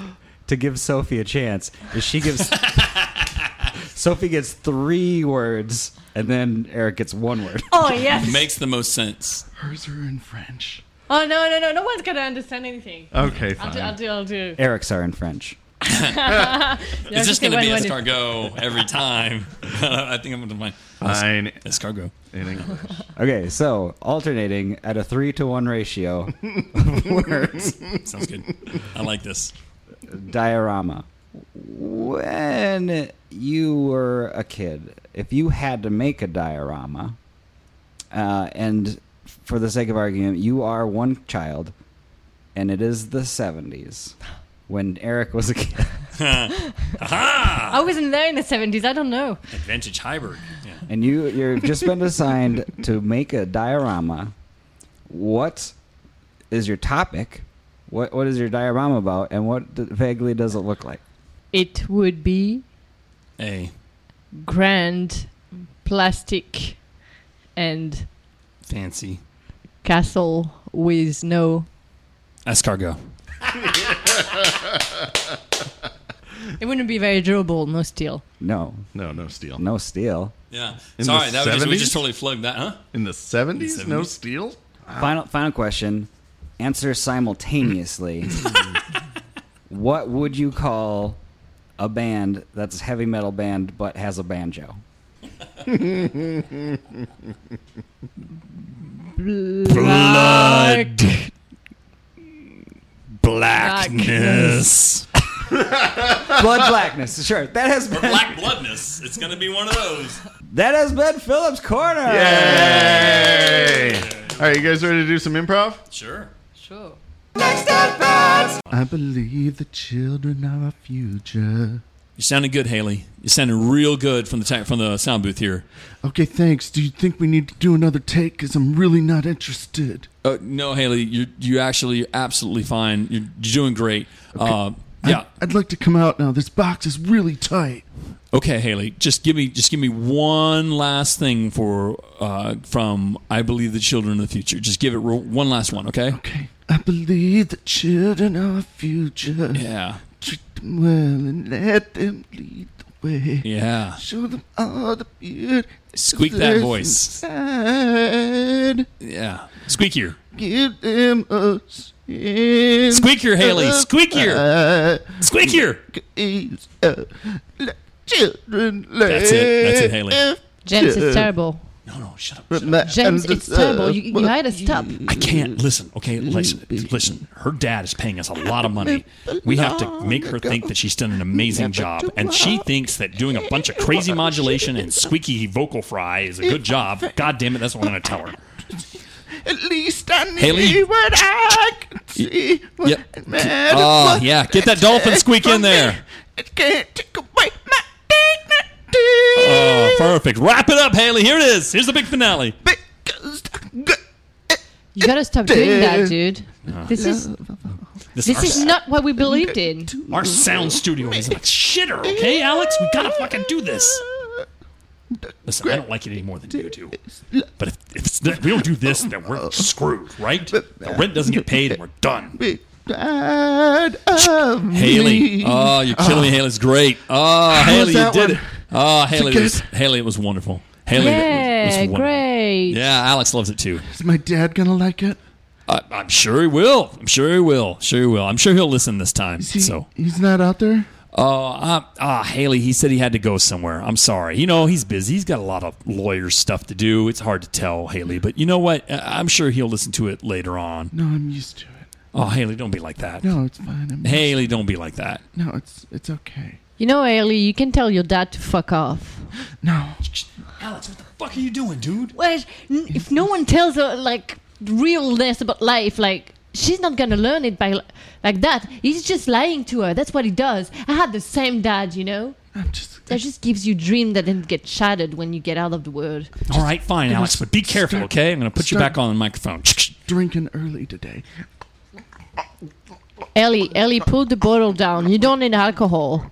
to give Sophie a chance is she gives. Sophie gets three words, and then Eric gets one word. Oh yes. makes the most sense. Hers are in French. Oh no no no! No one's gonna understand anything. Okay, fine. I'll do. I'll do. I'll do. Eric's are in French. Is this going to be escargot every time? I think I'm going to find Fine. escargot. In English. Okay, so alternating at a three to one ratio words. Sounds good. I like this. Diorama. When you were a kid, if you had to make a diorama, uh, and for the sake of argument, you are one child, and it is the 70s when Eric was a kid. I wasn't there in the 70s. I don't know. Advantage hybrid. Yeah. and you you've just been assigned to make a diorama. What is your topic? What what is your diorama about, and what d- vaguely does it look like? It would be Hey, grand, plastic, and fancy castle with no. escargot. It wouldn't be very durable, no steel. No, No, no steel. no steel. Yeah. In Sorry, the that was, we 70s? just totally flugged that, huh? In the 70s? No 70s? steel? Final final question. Answer simultaneously. what would you call a band that's a heavy metal band but has a banjo? Blood. Blackness. Blood blackness. Sure, that has been Black bloodness. It's going to be one of those. that has been Phillips Corner. Yay! All right, you guys ready to do some improv? Sure. Sure. Next at bats. I believe the children are our future. You sounded good, Haley. You sounded real good from the ta- from the sound booth here. Okay, thanks. Do you think we need to do another take? Because I'm really not interested. Uh, no, Haley, you you actually you're absolutely fine. You're, you're doing great. Uh, I- yeah. I'd like to come out now. This box is really tight. Okay, Haley, just give me just give me one last thing for uh, from I believe the children of the future. Just give it ro- one last one, okay? Okay. I believe the children are our future. Yeah, Treat them well and let them lead the way. yeah. Show them all the beauty. Squeak that that's voice. Inside. Yeah, squeakier, Give them a sense squeakier, Haley, of squeakier, pride. squeakier. is uh, let children learn. That's it. That's it, Haley. James, it's terrible. No, no, shut up. James, it's uh, terrible. You, you had to stop. I can't listen. Okay, listen, listen. Her dad is paying us a lot of money. We have to make her think that she's done an amazing job, and she thinks that doing a bunch of crazy modulation and squeaky vocal fry is a good job. God damn it, that's what I'm gonna tell her. At least I knew Haley? what I could see. What Yep. it mattered Oh was yeah, get that dolphin there squeak for in me. there. It can't take away my dignity. Oh, perfect. Wrap it up, Haley. Here it is. Here's the big finale. because I got it. You gotta stop doing that, dude. This is This, this our, is not what we believed in. our sound studio is like shitter. Okay, Alex, we gotta fucking do this. Listen, I don't like it any more than you do. But if, if, it's, if we don't do this, then we're screwed, right? The rent doesn't get paid, and we're done. Be proud of Haley, me. oh, you're killing me, Haley. It's great. Oh, Haley, you that did one? it. Oh, Haley, good? was, Haley, it was wonderful. Haley, it was, it Yeah, was wonderful. great. Yeah, Alex loves it too. Is my dad gonna like it? I, I'm sure he will. I'm sure he will. Sure he will. I'm sure he'll listen this time. He- So, he's not out there. oh, uh, ah, Haley, he said he had to go somewhere. I'm sorry. You know, he's busy. He's got a lot of lawyer stuff to do. It's hard to tell, Haley. But you know what? I- I'm sure he'll listen to it later on. No, I'm used to it. Oh, Haley, don't be like that. No, it's fine. I'm Haley, don't be like that. No, it's it's okay. You know, Ellie, you can tell your dad to fuck off. No, Alex, what the fuck are you doing, dude? Well, n- if no one tells her like realness about life, like she's not gonna learn it by li- like that. He's just lying to her. That's what he does. I had the same dad, you know. I'm just. That just gives you a dream that then get shattered when you get out of the world. All right, fine, Alex, but be careful, start- okay? I'm going to put you start- back on the microphone. drinking early today. Ellie, Ellie, pull the bottle down. You don't need alcohol.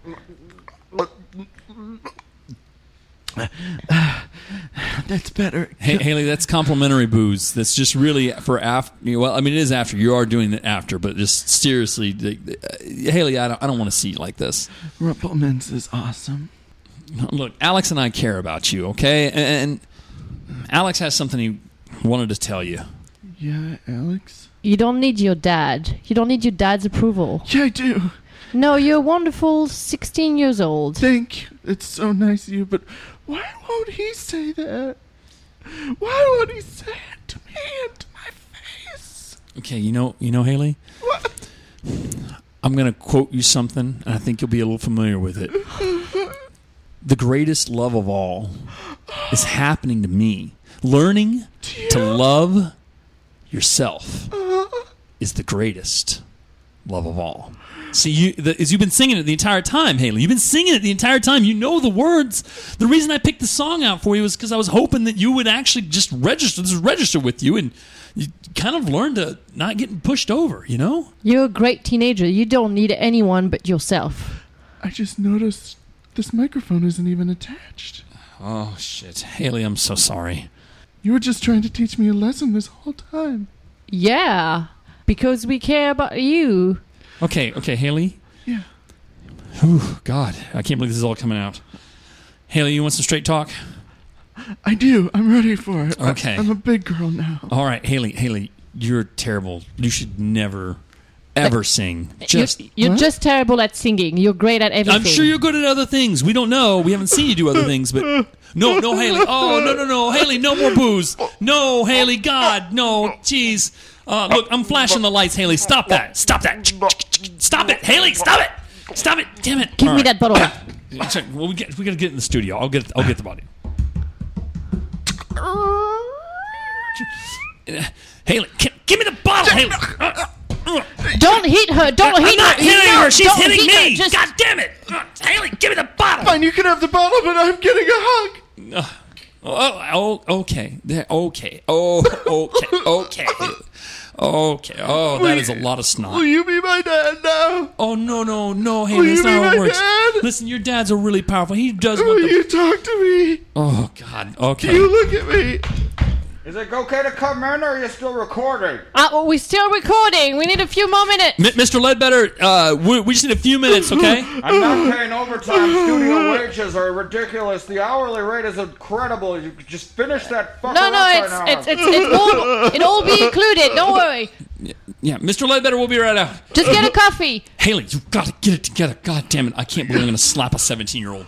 That's better. Hey, Haley, that's complimentary booze. That's just really for after. Well, I mean, it is after. You are doing it after, but just seriously, the- the- uh, Haley, I don't, I don't want to see you like this. Rumplemans is awesome. Look, Alex and I care about you, okay? And, and Alex has something he wanted to tell you. Yeah, Alex. You don't need your dad. You don't need your dad's approval. Yeah, I do. No, you're wonderful 16 years old. Thank you. It's so nice of you, but why won't he say that? Why won't he say it to me and to my face? Okay, you know, you know, Haley. I'm going to quote you something, and I think you'll be a little familiar with it. the greatest love of all is happening to me. Learning to love yourself is the greatest love of all. See, you, the, is you've been singing it the entire time, Haley. You've been singing it the entire time. You know the words. The reason I picked the song out for you was because I was hoping that you would actually just register. This register with you, and you kind of learn to not getting pushed over. You know. You're a great teenager. You don't need anyone but yourself. I just noticed this microphone isn't even attached. Oh shit, Haley, I'm so sorry. You were just trying to teach me a lesson this whole time. Yeah, because we care about you. Okay, okay, Haley. Yeah. Whew, God, I can't believe this is all coming out. Haley, you want some straight talk? I do. I'm ready for it. I- Okay. I'm a big girl now. All right, Haley, Haley, you're terrible. You should never, ever sing. Just. Hmm? you're you're just terrible at singing. You're great at everything. I'm sure you're good at other things. We don't know. We haven't seen you do other things, but no, no, Haley. Oh, no, no, no, Haley. No more booze. No, Haley. God, no. Jeez. Uh, look, I'm flashing the lights, Haley. Stop that. Stop that. Stop it, Haley. Stop it. Stop it. Damn it. Give All me that right. bottle. Check. Well, we get we gotta get in the studio. I'll get I'll get the body. Haley, can, give me the bottle, Haley. Uh, don't hit her. Don't I'm hit not her. hitting No, her. She's don't hitting hit her. me. Just- God damn it, Uh, Haley, give me the bottle. Fine, you can have the bottle, but I'm getting a hug. Oh, oh, okay. There- Okay. Oh, okay. Okay. Okay. Oh, that is a lot of Will snot. you be my dad now? Oh no, no, no, Haley, you that's be not how it my works. dad? Listen, your dad's a really powerful. He does what Will Oh, the. you talk to me? Oh God. Okay. You look at me. Is it okay to come in or are you still recording? Uh, well, we're still recording. We need a few more minutes. M- Mr. Ledbetter, uh, we, we just need a few minutes, okay? I'm not paying overtime. Studio wages are ridiculous. The hourly rate is incredible. You could just finish that fucker No, up no, right it's now. it's it's, it's all it'll all be included. Don't worry. yeah, Mr. Ledbetter, we'll be right out. Just get a coffee. Haley, you gotta get it together. God damn it, I can't believe I'm gonna slap a 17 year old.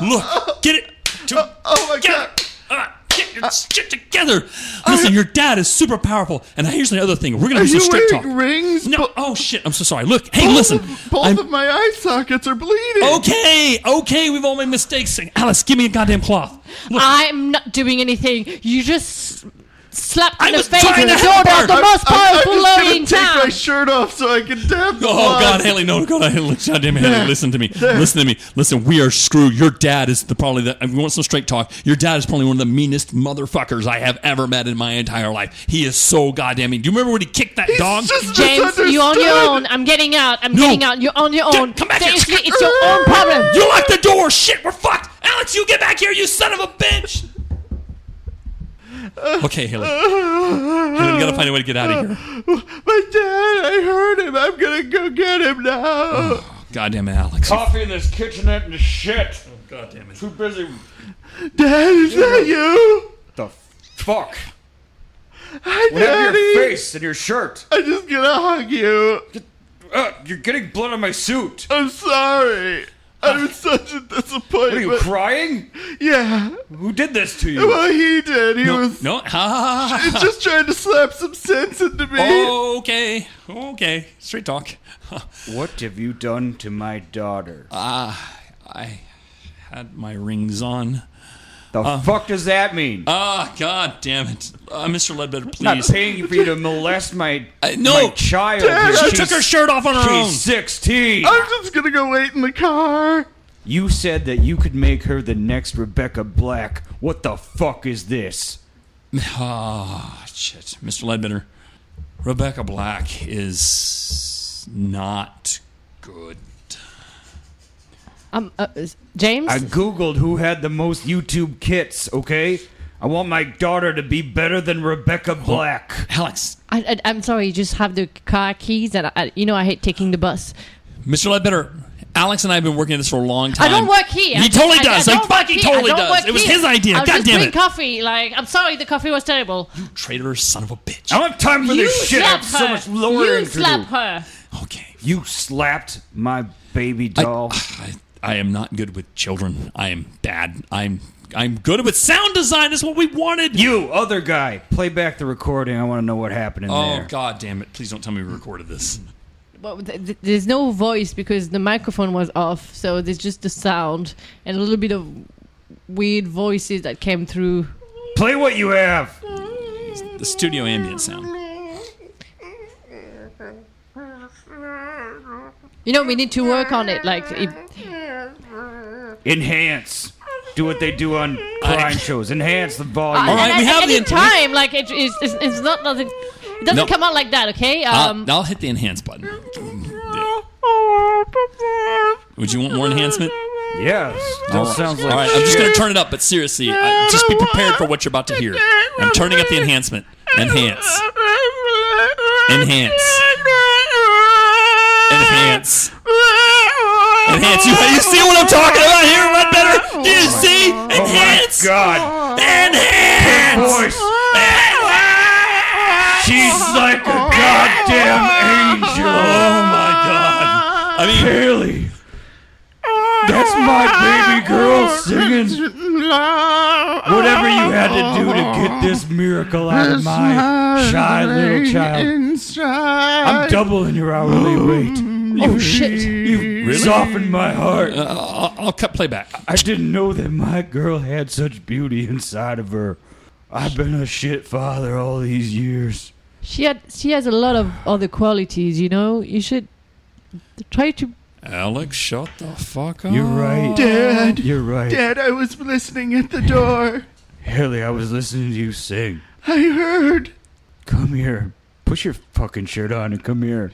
Look, get it together. Oh my god. Uh, get your shit together. Listen, your dad is super powerful. And here's the other thing we're gonna Are do some you straight talk. wearing rings? No, Bo- oh shit, I'm so sorry. Look, hey, both listen. of- both I'm- Oh, of my eye sockets are bleeding. okay, okay, we've all made mistakes. Alice, give me a goddamn cloth. Look, I'm not doing anything. You just slapped I in the was face trying and to told help her. out the I'm- most I'm powerful just lady gonna in take my town. shirt off so I can dab. the Oh blood. God, Haley! No, God, Haley! God damn it, Haley! Listen to me! Listen to me! Listen, we are screwed. Your dad is the probably the. If we want some straight talk, your dad is probably one of the meanest motherfuckers I have ever met in my entire life. He is so goddamn mean. Do you remember when he kicked that dog? It's just James, you're on your misunderstood. own. I'm getting out. I'm getting out. You're on your Get- own. come back here. Seriously, it's your own problem. You locked the door. Shit, we're fucked. Alex, you get back here, you son of a bitch. Okay, Haley. Haley, we gotta find a way to get out of here. My dad, I heard him. I'm gonna go get him now. Oh. Goddamn it, Alex! Coffee in this kitchenette and shit. Oh, Goddamn it! Too busy. Dad, is that you? The fuck? Hi, What happened to Daddy. your face and your shirt? I'm just gonna hug you. Uh, you're getting blood on my suit. I'm sorry. I'm such a disappointment. Ah. Are you crying? yeah. Who did this to you? Well, he did. He was No. Ah. just trying to slap some sense into me. Oh. Okay, okay, straight talk. What have you done to my daughter? I had my rings on. the fuck does that mean? Ah, god damn it, uh, Mr. Ledbetter, I'm not please. paying for you to molest my, Uh, no. my child. Dad, She's- She took her shirt off on her own. She's 16. I'm just gonna go wait in the car. You said that you could make her the next Rebecca Black. What the fuck is this? Ah, shit, Mr. Ledbetter, Rebecca Black is not good. Um, uh, James, I googled who had the most YouTube kits, okay? I want my daughter to be better than Rebecca Black. Alex, I, I, I'm sorry. You just have the car keys, and I, I, you know I hate taking the bus. Mr. Ledbetter, Alex and I have been working on this for a long I time. don't work here. He I- totally I- I does. don't like, fuck, he work here. I totally don't does. work It was here. his idea. I was God just damn drink it. coffee. Like, I'm sorry, the coffee was terrible. Traitor, son of a bitch. I don't have time for you this shit. I slap have her. so much lowering you to slap do. her. Okay. You slapped my baby doll. I, I am not good with children. I am bad. I'm I'm good with sound design. Is what we wanted. you, other guy, play back the recording. I want to know what happened in Oh there. God damn it! Please don't tell me we recorded this. Well, th- th- there's no voice because the microphone was off, so there's just the sound and a little bit of weird voices that came through. Play what you have. The studio ambient sound. You know, we need to work on it. Like, if, Enhance. Do what they do on crime shows. Enhance the volume. All right, and we at have the- any time, like it is, it's, it's not that it, it doesn't No. come out like that. Okay, I'll- um, I'll, hit the enhance button. Would you want more enhancement? Yes. Still sounds All like right, I'm just going to turn it up, but seriously, uh, just be prepared for what you're about to hear. I'm turning up the enhancement. Enhance. Enhance. Enhance. Enhance. You, you see what I'm talking about here? What better? Do you see? Enhance. Oh God. Enhance. Voice. She's like a goddamn angel. Oh my god. I mean, Haley. That's my baby girl singing whatever you had to do to get this miracle out of my shy little child. I'm doubling your hourly rate. Oh shit! You Really? softened my heart. uh, I'll, I'll cut playback. I didn't know that my girl had such beauty inside of her. I've been a shit father all these years. she had she has a lot of other qualities. You know, you should try to. Alex, shut the fuck up. You're right. Dad. You're right. Dad, I was listening at the door. Haley, I was listening to you sing. I heard. Come here. Push your fucking shirt on and come here.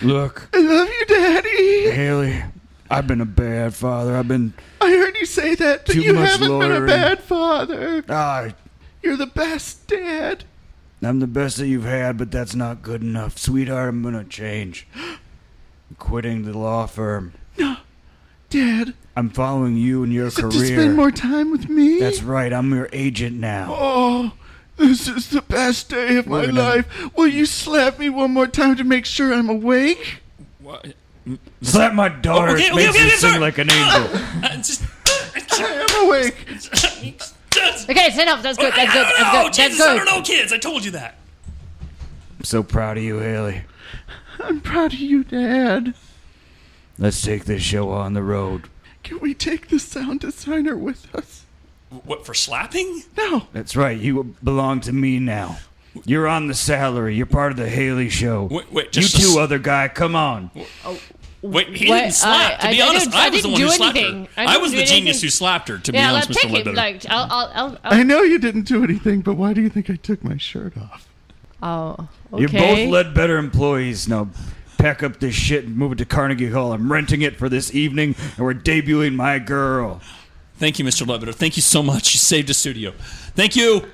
Look, I love you, Daddy. Haley, I've been a bad father. I've been. I heard you say that, but Too you much haven't been loitering. a bad father. Ah, You're the best dad. I'm the best that you've had, but that's not good enough. Sweetheart, I'm gonna change. I'm quitting the law firm. Dad, I'm following you and your is it to career. spend more time with me? That's right. I'm your agent now. Oh, this is the best day of my We're gonna- life. Will you slap me one more time to make sure I'm awake? What? Slap my daughter. Oh, Okay, it okay, makes okay, me okay, sing sorry. like an angel. Uh, just. I am awake. Okay, it's enough. That's good. That's good. I don't know. That's good. That's Oh, Jesus, I good. don't know, kids. I told you that. I'm so proud of you, Haley. I'm proud of you, Dad. Let's take this show on the road. Can we take the sound designer with us? What for slapping? No. That's right. You belong to me now. You're on the salary. You're part of the Haley show. Wait, wait, you just- two, other guy, come on. Wait, he Wait, didn't slap. I- to be I- I honest, didn't- I, I was the didn't one do who slapped anything. her. I I, didn't was the do genius anything. who slapped her. To be Yeah, honest, like, Mr. take Ledbetter. it. Like, I'll, I'll, I'll, I know you didn't do anything, but why do you think I took my shirt off? I'll, oh, You're okay. both lead better employees. Now pack up this shit and move it to Carnegie Hall. I'm renting it for this evening, and we're debuting my girl. Thank you, Mr. Ledbetter. Thank you so much. You saved a studio. Thank you.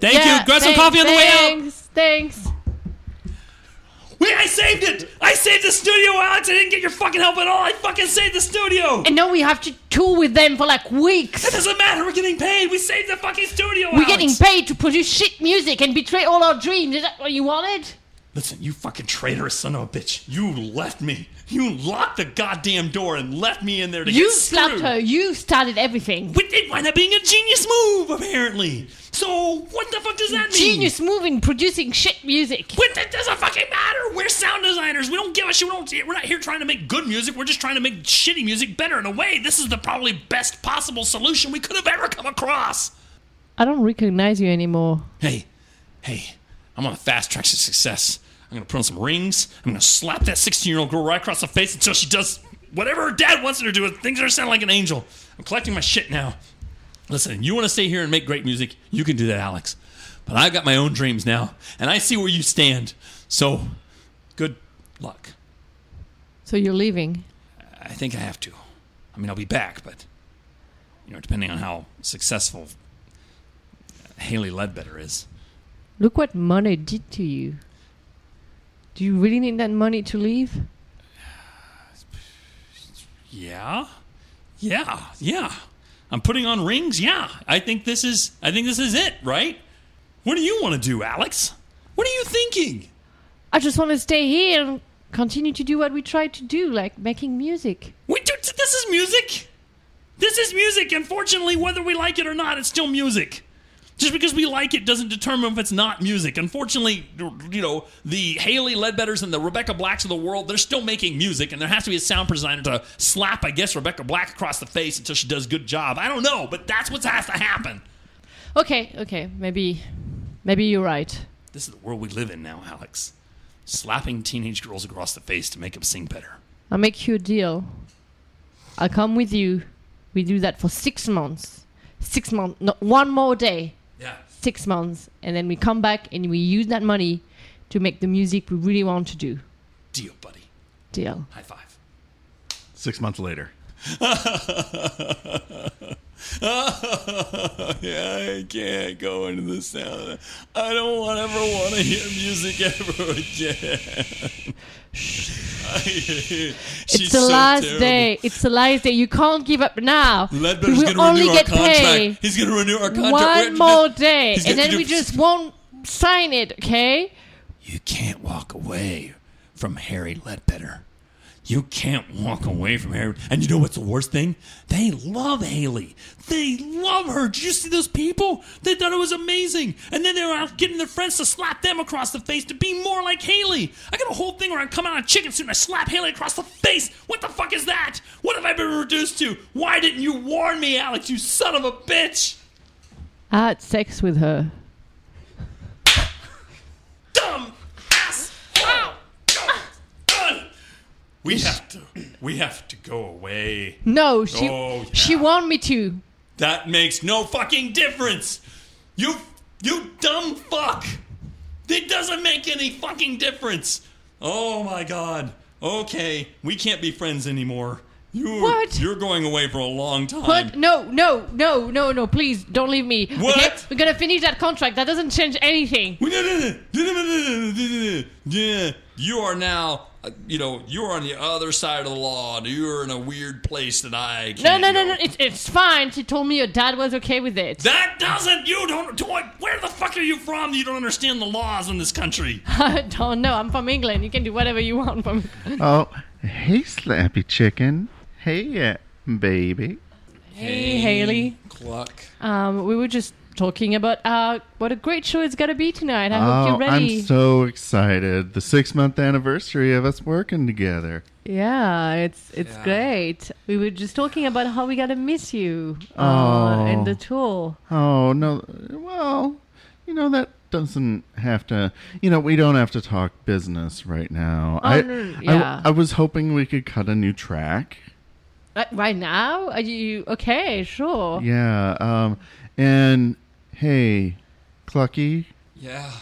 Thank Yeah, you. Grab some thanks, coffee on the way out. Thanks. Thanks. Wait, I saved it. I saved the studio, Alex. I didn't get your fucking help at all. I fucking saved the studio. And now we have to tour with them for like It weeks. doesn't matter. We're getting paid. We saved the fucking studio. We're Alex. getting paid to produce shit music and betray all our dreams. Is that what you wanted? Listen, you fucking traitorous son of a bitch. You left me. You locked the goddamn door and left me in there to You get slapped screwed. her. You started everything. But it wound up being a genius move, apparently. So what the fuck does that mean? Genius move in producing shit music. But that doesn't fucking matter. We're sound designers. We don't give a shit. We don't, we're not here trying to make good music. We're just trying to make shitty music better. In a way, this is the probably best possible solution we could have ever come across. I don't recognize you anymore. Hey, hey, I'm on a fast track to success. I'm gonna put on some rings. I'm gonna slap that 16 year old girl right across the face until she does whatever her dad wants her to do. Things her sound like an angel. I'm collecting my shit now. Listen, you want to stay here and make great music? You can do that, Alex. But I've got my own dreams now, and I see where you stand. So, good luck. So you're leaving. I think I have to. I mean, I'll be back, but you know, depending on how successful Haley Ledbetter is. Look what money did to you. Do you really need that money to leave? Yeah. Yeah. Yeah. I'm putting on rings. Yeah. I think this is I think this is it, right? What do you want to do, Alex? What are you thinking? I just want to stay here and continue to do what we try to do, like making music. We do. This is music. This is music. Unfortunately, whether we like it or not, it's still music. Just because we like it doesn't determine if it's not music. Unfortunately, you know, the Haley Ledbetters and the Rebecca Blacks of the world, they're still making music, and there has to be a sound designer to slap, I guess, Rebecca Black across the face until she does a good job. I don't know, but that's what has to happen. Okay, okay, maybe, maybe you're right. This is the world we live in now, Alex. Slapping teenage girls across the face to make them sing better. I'll make you a deal. I'll come with you. We do that for six months. Six months, no, one more day. Yeah. Six months, and then we come back and we use that money to make the music we really want to do. Deal, buddy. Deal. High five. Six months later. yeah, I can't go into the sound. I don't want, ever want to hear music ever again. She's it's the so last terrible. day. It's the last day. You can't give up now. Ledbetter's we going will to renew only our get contract. paid He's going to renew our contract. We have one to more do- day, He's and gonna then do- we just won't sign it. Okay? You can't walk away from Harry Ledbetter. You can't walk away from Harry. And you know what's the worst thing? They love Haley. They love her. Did you see those people? They thought it was amazing. And then they were out getting their friends to slap them across the face to be more like Haley. I got a whole thing where I come out on a chicken suit and I slap Haley across the face. What the fuck is that? What have I been reduced to? Why didn't you warn me, Alex, you son of a bitch? I had sex with her. dumb ass. We have to. We have to go away. No, she Oh, yeah. she wanted me to. That makes no fucking difference. You, you dumb fuck. It doesn't make any fucking difference. Oh my god. Okay, we can't be friends anymore. You, What? You're going away for a long time. But no, no, no, no, no! Please don't leave me. What? Okay, we're gonna finish that contract. That doesn't change anything. We- no, no, no, no, no, no, no, no, no, no, no. You are now, uh, you know, you're on the other side of the law. You're in a weird place that I can't No, no, no, go. no! It's it's fine. She told me your dad was okay with it. That doesn't. You don't. do I- Where the fuck are you from? You don't understand the laws in this country. I don't know. I'm from England. You can do whatever you want from. Oh, hey, Slappy Chicken. Hey, yeah, baby. Hey, Haley. Cluck. Um, we were just talking about uh, what a great show it's gonna be tonight. I hope Oh, you're ready. I'm so excited. The six month anniversary of us working together. Yeah, it's it's great. We were just talking about how we gotta miss you uh, Oh. and the tour. Oh, no. Well, you know, that doesn't have to, you know, we don't have to talk business right now. Oh, I, no, no, I- yeah. I was hoping we could cut a new track. Uh, right now, are you okay? Sure. Yeah. Um, and hey, Clucky, Yeah.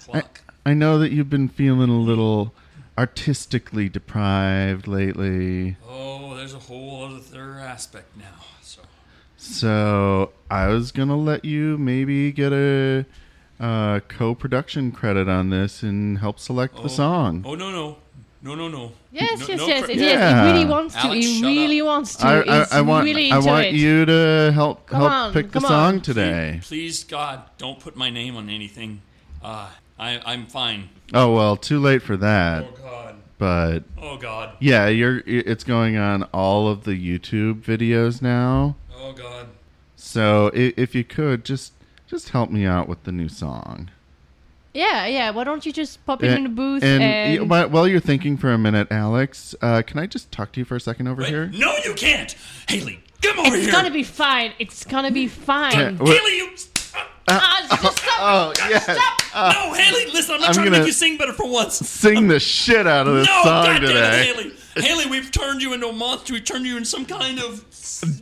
Cluck. I know that you've been feeling a little artistically deprived lately. oh, there's a whole other third aspect now. So. So I was gonna let you maybe get a uh, co-production credit on this and help select the song. Oh no no, no no no. Yes, No- yes, no yes, cra- it, yes. He really wants to. Alex, he shut really up. wants to. I, I, He's I want really I into want it. you to help Come help on, pick the come song on. today. Please God, don't put my name on anything. Uh, I I'm fine. Oh well, too late for that. God. But Oh God. yeah, you're it's going on all of the YouTube videos now. Oh God. So if, if you could just just help me out with the new song. Yeah, yeah. Why don't you just pop in, in the booth and, and, y- whi- while you're thinking for a minute, Alex, uh, can I just talk to you for a second over Wait, here? No, you can't, Haley. Come over it's here. gonna be fine. It's gonna be fine. Yeah, wh- Haley, you. Ah, just stop. oh yes, no, Haley, listen. I'm not I'm trying to gonna- make you sing better for once. sing the shit out of this No, song goddamn today. it, Haley. Haley, we've turned you into a monster. We've turned you into some kind of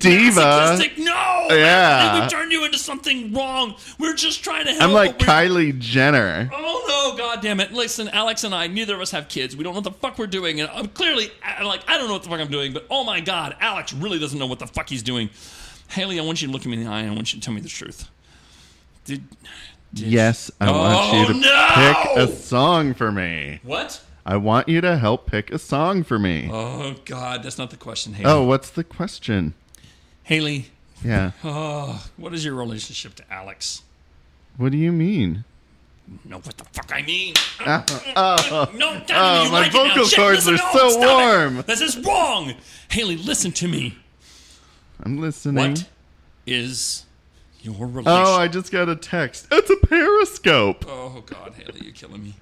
Diva. masochistic- No, Yeah. Haley, we've turned you into something wrong. We're just trying to help. I'm like but we're- Kylie Jenner. Oh no, goddamn it! Listen, Alex and I, neither of us have kids. We don't know what the fuck we're doing, and I'm clearly I- like I don't know what the fuck I'm doing. But oh my god, Alex really doesn't know what the fuck he's doing. Haley, I want you to look me in the eye. and I want you to tell me the truth. Did Yes, I want you Oh, to no! pick a song for me. what? I want you to help pick a song for me. Oh, Oh god, that's not the question, Haley. what's the question? Haley, Yeah. oh, what is your relationship to Alex? What do you mean? know what the fuck I mean. no, that Oh, you my like it now. vocal Shit, cords listen, are no, so stop it. warm. This is wrong. Haley, listen to me. I'm listening. What is your relation? Oh, I just got a text. It's a periscope. Oh, God, Haley, you're killing me.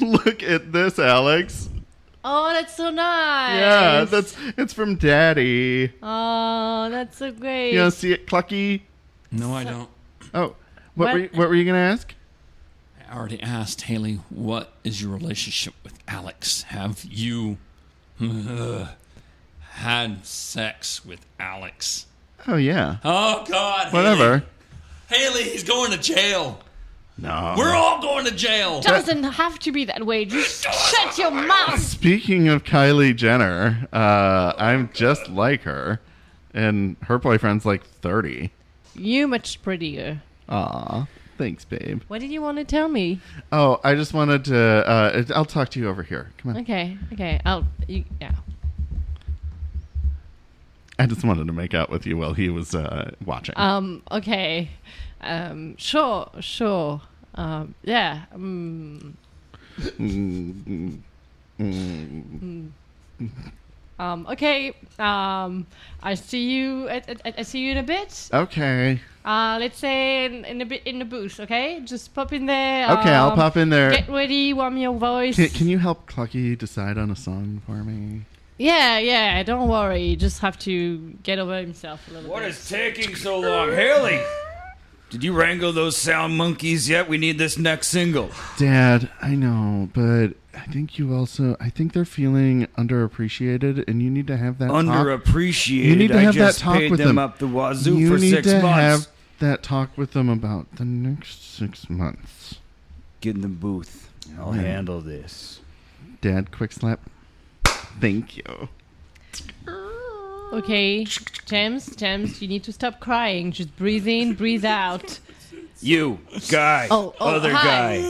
Look at this, Alex. Oh, that's so nice. Yeah, that's it's from Daddy. Oh, that's so great. You want to see it, Clucky? No, I don't. Oh, what, What? Were, you, what were you gonna ask? I already asked Haley, what is your relationship with Alex? Have you ugh, had sex with Alex? Oh yeah, Oh God! whatever. Haley, Haley he's going to jail. No. We're all going to jail. doesn't have to be that way. Just shut your mouth. Speaking of Kylie Jenner, uh, I'm just like her, and her boyfriend's like 30. You much prettier. Aw, thanks, babe. What did you want to tell me? Oh, I just wanted to. Uh, I'll talk to you over here. Come on. Okay, okay. I'll. You, yeah. I just wanted to make out with you while he was uh, watching. Um. Okay. Um. Sure. Sure. Um. Yeah. Um. Um. Okay. Um. I see you. I, I, I see you in a bit. okay. Uh. Let's say in, in a bit in the booth. Okay. Just pop in there. Okay, I'll um, pop in Uh, there. Get ready. Warm your voice. Can, can you help Clucky decide on a song for me? Yeah, yeah, don't worry. You just have to get over himself a little What bit. is taking so long? Haley! Did you wrangle those sound monkeys yet? We need this next single. Dad, I know, but I think you also. I think they're feeling underappreciated, and you need to have that talk. Underappreciated. You need to have I that just talk paid with them, them up the wazoo you for need six to months. have that talk with them about the next six months. Get in the booth. I'll handle this. Dad, quick slap. Thank you. Okay, James, James, you need to stop crying. Just breathe in, breathe out. You, guy, Oh, oh, other hi. guy,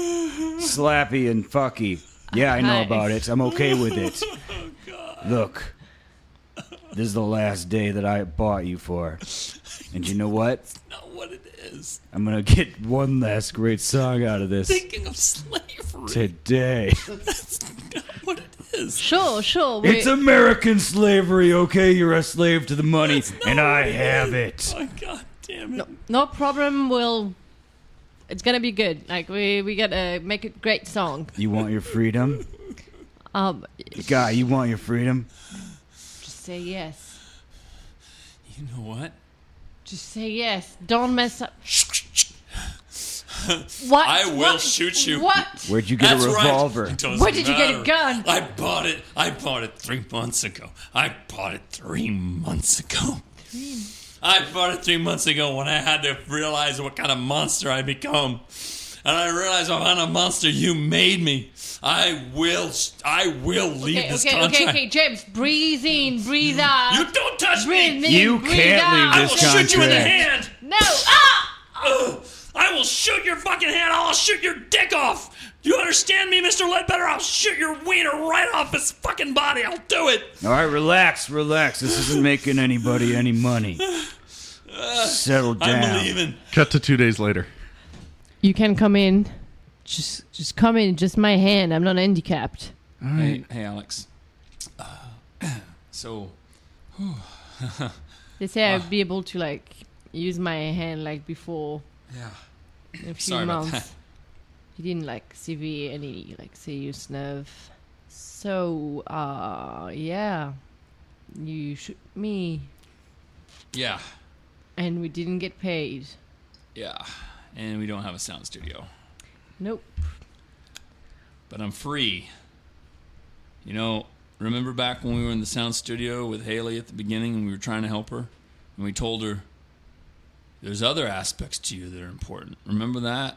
slappy and fucky. Yeah, I know Hi. about it. I'm okay with it. Oh, Look, this is the last day that I bought you for. And you know what? Not what it is. I'm gonna get one last great song out of this Thinking of slavery. today. That's not what it is. Sure, sure. we- It's American slavery, okay? You're a slave to the money, That's not and I what it have is. it. Oh God damn it! no problem. We'll. It's gonna be good. Like we we gotta make a great song. You want your freedom? Um, Guy, you want your freedom? just say yes. You know what? Just say yes. Don't mess up. What? I will What? shoot you. What? Where'd you get That's a right. revolver? It doesn't Where did you get a matter. gun? I bought it. I bought it three months ago. I bought it three months ago. I bought it three months ago when I had to realize what kind of monster I become. And I realized what kind of monster you made me. I will. I will leave Okay, this okay, contract. okay, okay, James, breathe in, breathe out. You don't touch breathe me. in, You breathe can't out. I leave will this shoot you in the contract. hand. No! Ah! Ugh. I will shoot your fucking hand. I'll shoot your dick off. You understand me, Mr. Ledbetter? I'll shoot your wiener right off his fucking body. I'll do it. All right, relax, relax. This isn't making anybody any money. Settle I'm down. leaving. Cut to two days later. You can come in. Just just come in, just my hand. I'm not handicapped. All right. Hey, hey Alex. Uh, so, They say I'd be able to like use my hand like before yeah. in a few Sorry about months. that. You didn't like severe any like serious nerve. So uh yeah. You shoot me Yeah. and we didn't get paid. Yeah. And we don't have a sound studio, Nope. but I'm free. You know, remember back when we were in the sound studio with Haley at the beginning and we were trying to help her? And we told her, there's other aspects to you that are important. Remember that?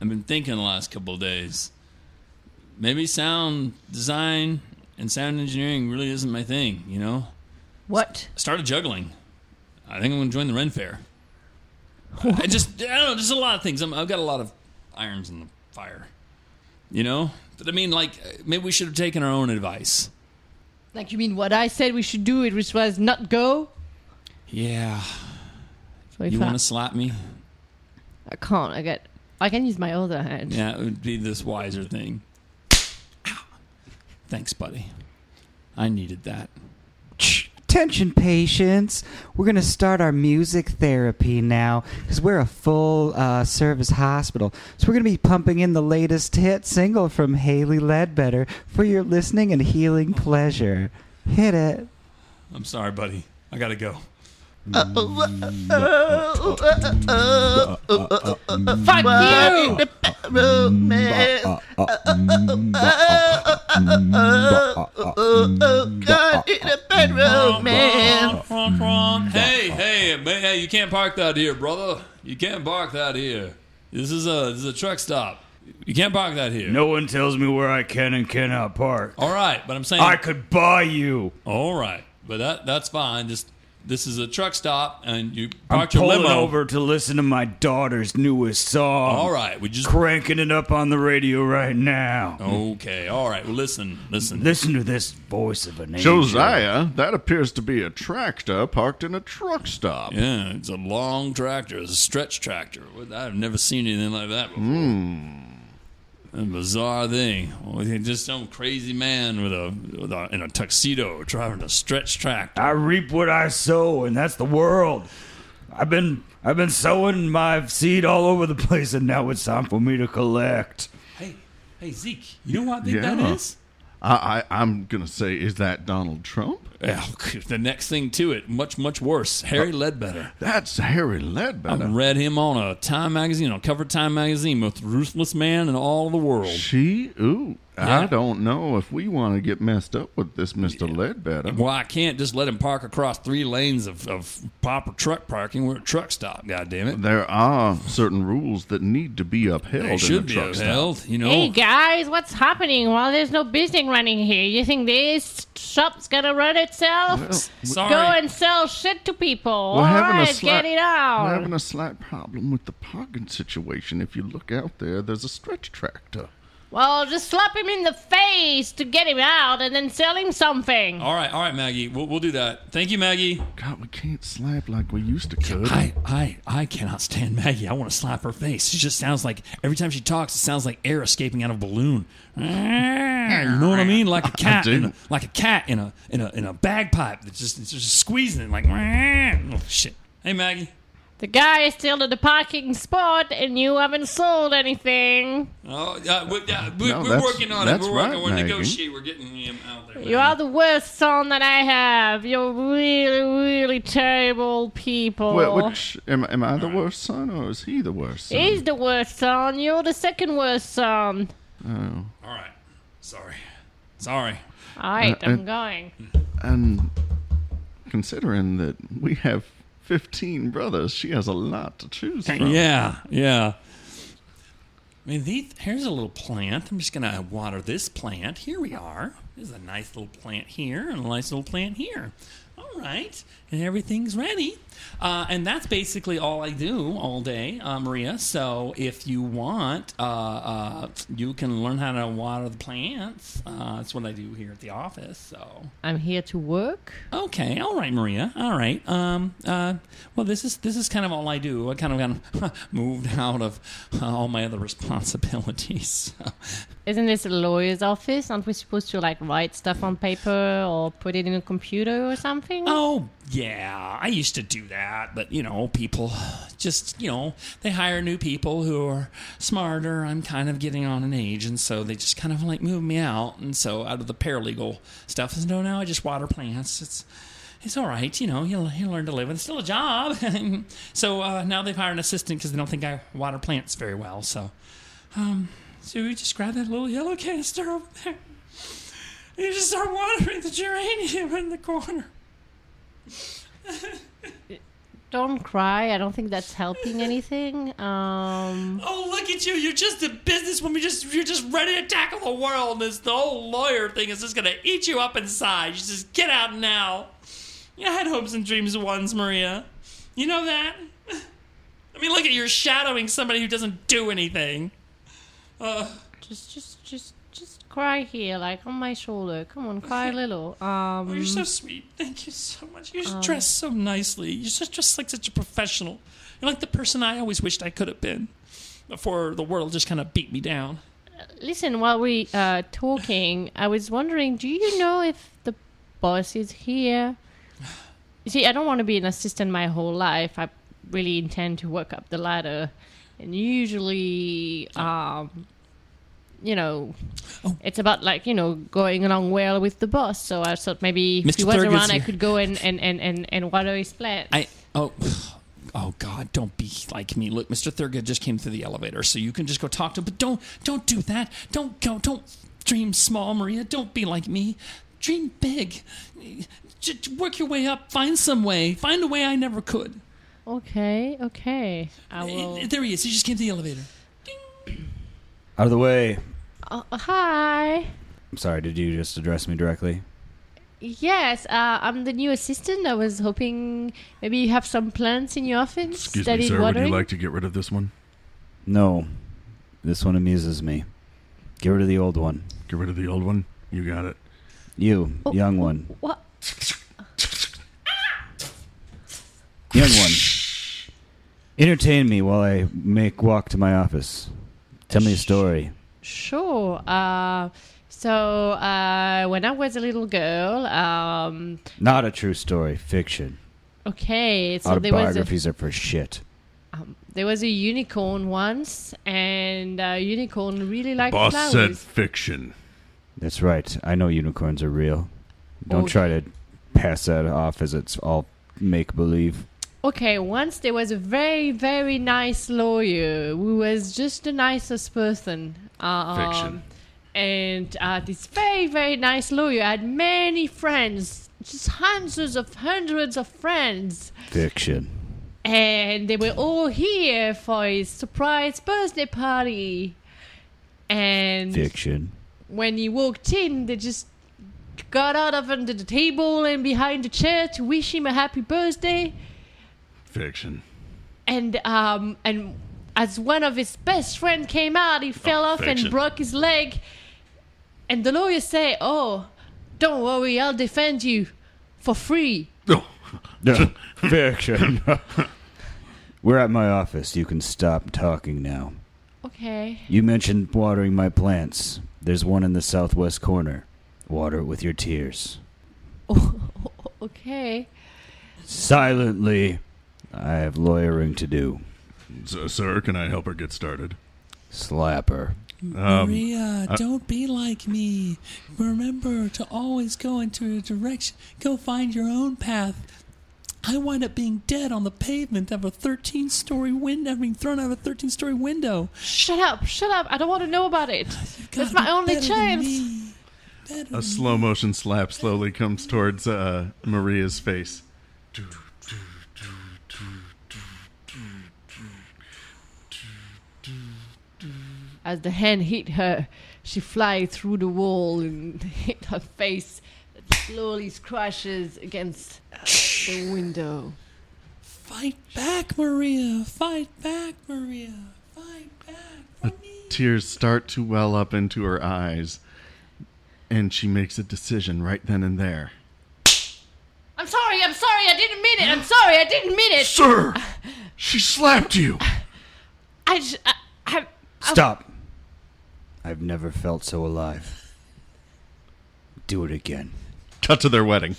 I've been thinking the last couple of days. Maybe sound design and sound engineering really isn't my thing, you know? What? started juggling. I think I'm going to join the Ren Fair. I I just, I don't know, just a lot of things. I'm, I've got a lot of irons in the fire, you know? But I mean, like, uh, maybe we should have taken our own advice. Like you mean what I said we should do it which was not go? Yeah. So if You I- want to slap me? I can't. I get I can use my other hand. Yeah, it would be this wiser thing. Thanks, buddy. I needed that. Attention, patients. We're going to start our music therapy now because we're a full uh, service hospital. So, we're going to be pumping in the latest hit single from Haley Ledbetter for your listening and healing pleasure. Hit it. I'm sorry, buddy. I gotta go. Fuck you! Hey, hey, man, hey, you can't park that here, brother. You can't park that here. This is a this is a truck stop. You can't park that here. No one tells me where I can and cannot park. All right, but I'm saying I could buy you. all right, but that that's fine. Just this is a truck stop, and you I'm parked your pulling limo. over to listen to my daughter's newest song. All right, we just Cranking it up on the radio right now. okay. All right, well, listen, listen. Listen to this voice of an angel. Josiah, that appears to be a tractor uh, parked in a truck stop. Yeah, it's a long tractor. It's a stretch tractor. What- I've never seen anything like that before. Hmm. A bizarre thing. Well, they Just some crazy man with a, with a in a tuxedo driving a stretch tractor. I reap what I sow, and that's the world. I've been I've been sowing my seed all over the place, and now it's time for me to collect. Hey, hey Zeke, you know what I think Yeah. that is? I, I, I'm gonna say, is that Donald Trump? Oh, good. the next thing to it, much much worse. Harry Ah. Ledbetter. That's Harry I Ledbetter. read him on a Time magazine, on cover of Time magazine, most ruthless man in all the world. She, ooh, Yeah. I don't know if we want to get messed up with this Mr. Ledbetter. Well, I can't just let him park across three lanes of, of proper truck parking. We're a truck stop, God damn it. There are certain rules that need to be upheld They in should a be truck stop. upheld, you know. Oh. Hey guys, what's happening? Well, there's no business running here. You think this shop's gonna run itself? Sorry. Go and sell shit to people. We're All having a right, slight- get it We're out. having a slight problem with the parking situation. If you look out there, there's a stretch tractor. Well, just slap him in the face to get him out, and then sell him something. Oh. all right, all right, Maggie. We'll, we'll do that. Thank you, Maggie. God, we can't slap like we used to could. I, I, I cannot stand Maggie. I want to slap her face. She just sounds like every time she talks, it sounds like air escaping out of a balloon. You know what I mean? Like a cat, in Mm-hmm. do. a, like a cat in a in a in a bagpipe that's just it's just squeezing it like. Oh shit! Hey, Maggie. The guy is still in the parking spot, and you haven't sold anything. Oh, uh, we, uh, we, No, we're that's- working on it. that's We're working. right, we're Maggie. negotiating. We're getting him out there. You are the worst son that I have. You're really, really terrible people. Wait, which am, am I the worst son, or is he the worst? Son? He's the worst son. You're the second worst son. All right. Sorry. Sorry. All right, Uh, uh, I'm going. And considering that we have 15 brothers, she has a lot to choose from. Yeah, yeah. I mean, these, here's a little plant. I'm just going to water this plant. Here we are. There's a nice little plant here and a nice little plant here. All right. And everything's ready. Uh, and that's basically all I do all day, uh, Maria. So if you want, uh, uh, you can learn how to water the plants. Uh, that's what I do here at the office. So. I'm here to work. Okay, all right, Maria. All right. Um. Uh. Well, this is this is kind of all I do. I kind of got moved out of uh, all my other responsibilities. Isn't this a lawyer's office? Aren't we supposed to like write stuff on paper or put it in a computer or something? oh yeah, I used to do that, but you know, people just you know they hire new people who are smarter. I'm kind of getting on in age, and so they just kind of like move me out, and so out of the paralegal stuff. And no, now I just water plants. It's it's all right, you know. He'll he'll learn to live. It's still a job. so uh, now they've hired an assistant because they don't think I water plants very well. So, um, so we just grab that little yellow canister over there. You just start watering the geranium in the corner. Don't cry. I don't think that's helping anything. Um, Oh, look at you! You're just a businesswoman. You're just you're just ready to tackle the world. This the whole lawyer thing is just gonna eat you up inside. You just get out now. I had hopes and dreams once, Maria. You know that. I mean, look at you're shadowing somebody who doesn't do anything. just, just, just, just cry here, like on my shoulder. Come on, cry a little. Um, Oh, you're so sweet. Thank you so much. You're just dressed so nicely. You're just dressed like such a professional. You're like the person I always wished I could have been. before the world just kind of beat me down. Listen, while we are talking, I was wondering, do you know if the boss is here? You see, I don't want to be an assistant my whole life. I really intend to work up the ladder. And usually, um, you know, Oh. it's about like, you know, going along well with the boss. So I thought maybe if he Mr. was Thurgood's around, I here. could go and, and, and, and, and water his plant. I oh oh God, don't be like me. Look, Mr. Thurgood just came through the elevator, so you can just go talk to him. But don't don't do that. Don't go. Don't dream small, Maria. Don't be like me. Dream big. Just work your way up. Find some way. Find a way I never could. okay, okay. I will. There he is. He just came to the elevator. Out of the way. Oh, hi. I'm sorry, did you just address me directly? Yes, uh, I'm the new assistant. I was hoping maybe you have some plants in your office Excuse that me, need sir. Would watering. you like to get rid of this one? No. This one amuses me. Get rid of the old one. Get rid of the old one. You got it. You, Oh. young one. what? Young one. Entertain me while I make walk to my office. Tell me a story. Sure. Uh, so uh, when I was a little girl, um, Not a true story, fiction. okay, so there was a, Autobiographies are for shit. um, there was a unicorn once, and uh, unicorn really liked Boss flowers. said fiction. That's right. I know unicorns are real. Don't Oh. try to pass that off as it's all make believe. Okay, once there was a very, very nice lawyer who was just the nicest person. Um, Fiction. And uh, this very, very nice lawyer had many friends, just hundreds of hundreds of friends. Fiction. And they were all here for his surprise birthday party. And Fiction. when he walked in, they just got out of under the table and behind the chair to wish him a happy birthday. Fiction. and um and as one of his best friend came out he fell off fiction. and broke his leg and the lawyer say oh don't worry i'll defend you for free Oh, Fiction. We're at my office. You can stop talking now. okay You mentioned watering my plants. There's one in the southwest corner. Water it with your tears. okay Silently. I have lawyering to do. so, sir, can I help her get started? Slapper. Um, Maria, don't be like me. Remember to always go into a direction. Go find your own path. I wind up being dead on the pavement of a 13 story window. I'm being thrown out of a 13 story window. shut up shut up i don't want to know about it that's my only chance a slow motion slap slowly comes towards uh, Maria's face. as the hand hit her she flies through the wall and hit her face that slowly crashes against the window Fight back, Maria. Fight back, Maria. Fight back for me. Tears start to well up into her eyes, and she makes a decision right then and there. I'm sorry, I'm sorry, I didn't mean it. I'm sorry, I didn't mean it. Sir, she slapped you. I just, I, I, Oh. Stop! I've never felt so alive. Do it again. Cut to their wedding.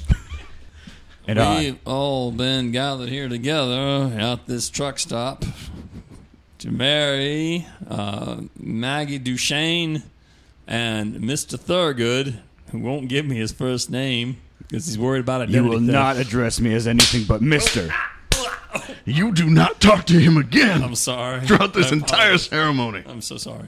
And I. We've all been gathered here together at this truck stop to marry uh, Maggie Duchesne and Mr. Thurgood, who won't give me his first name because he's worried about it. You will not address me as anything but Mister. You do not talk to him again I'm sorry. throughout this I entire apologize. ceremony. I'm so sorry.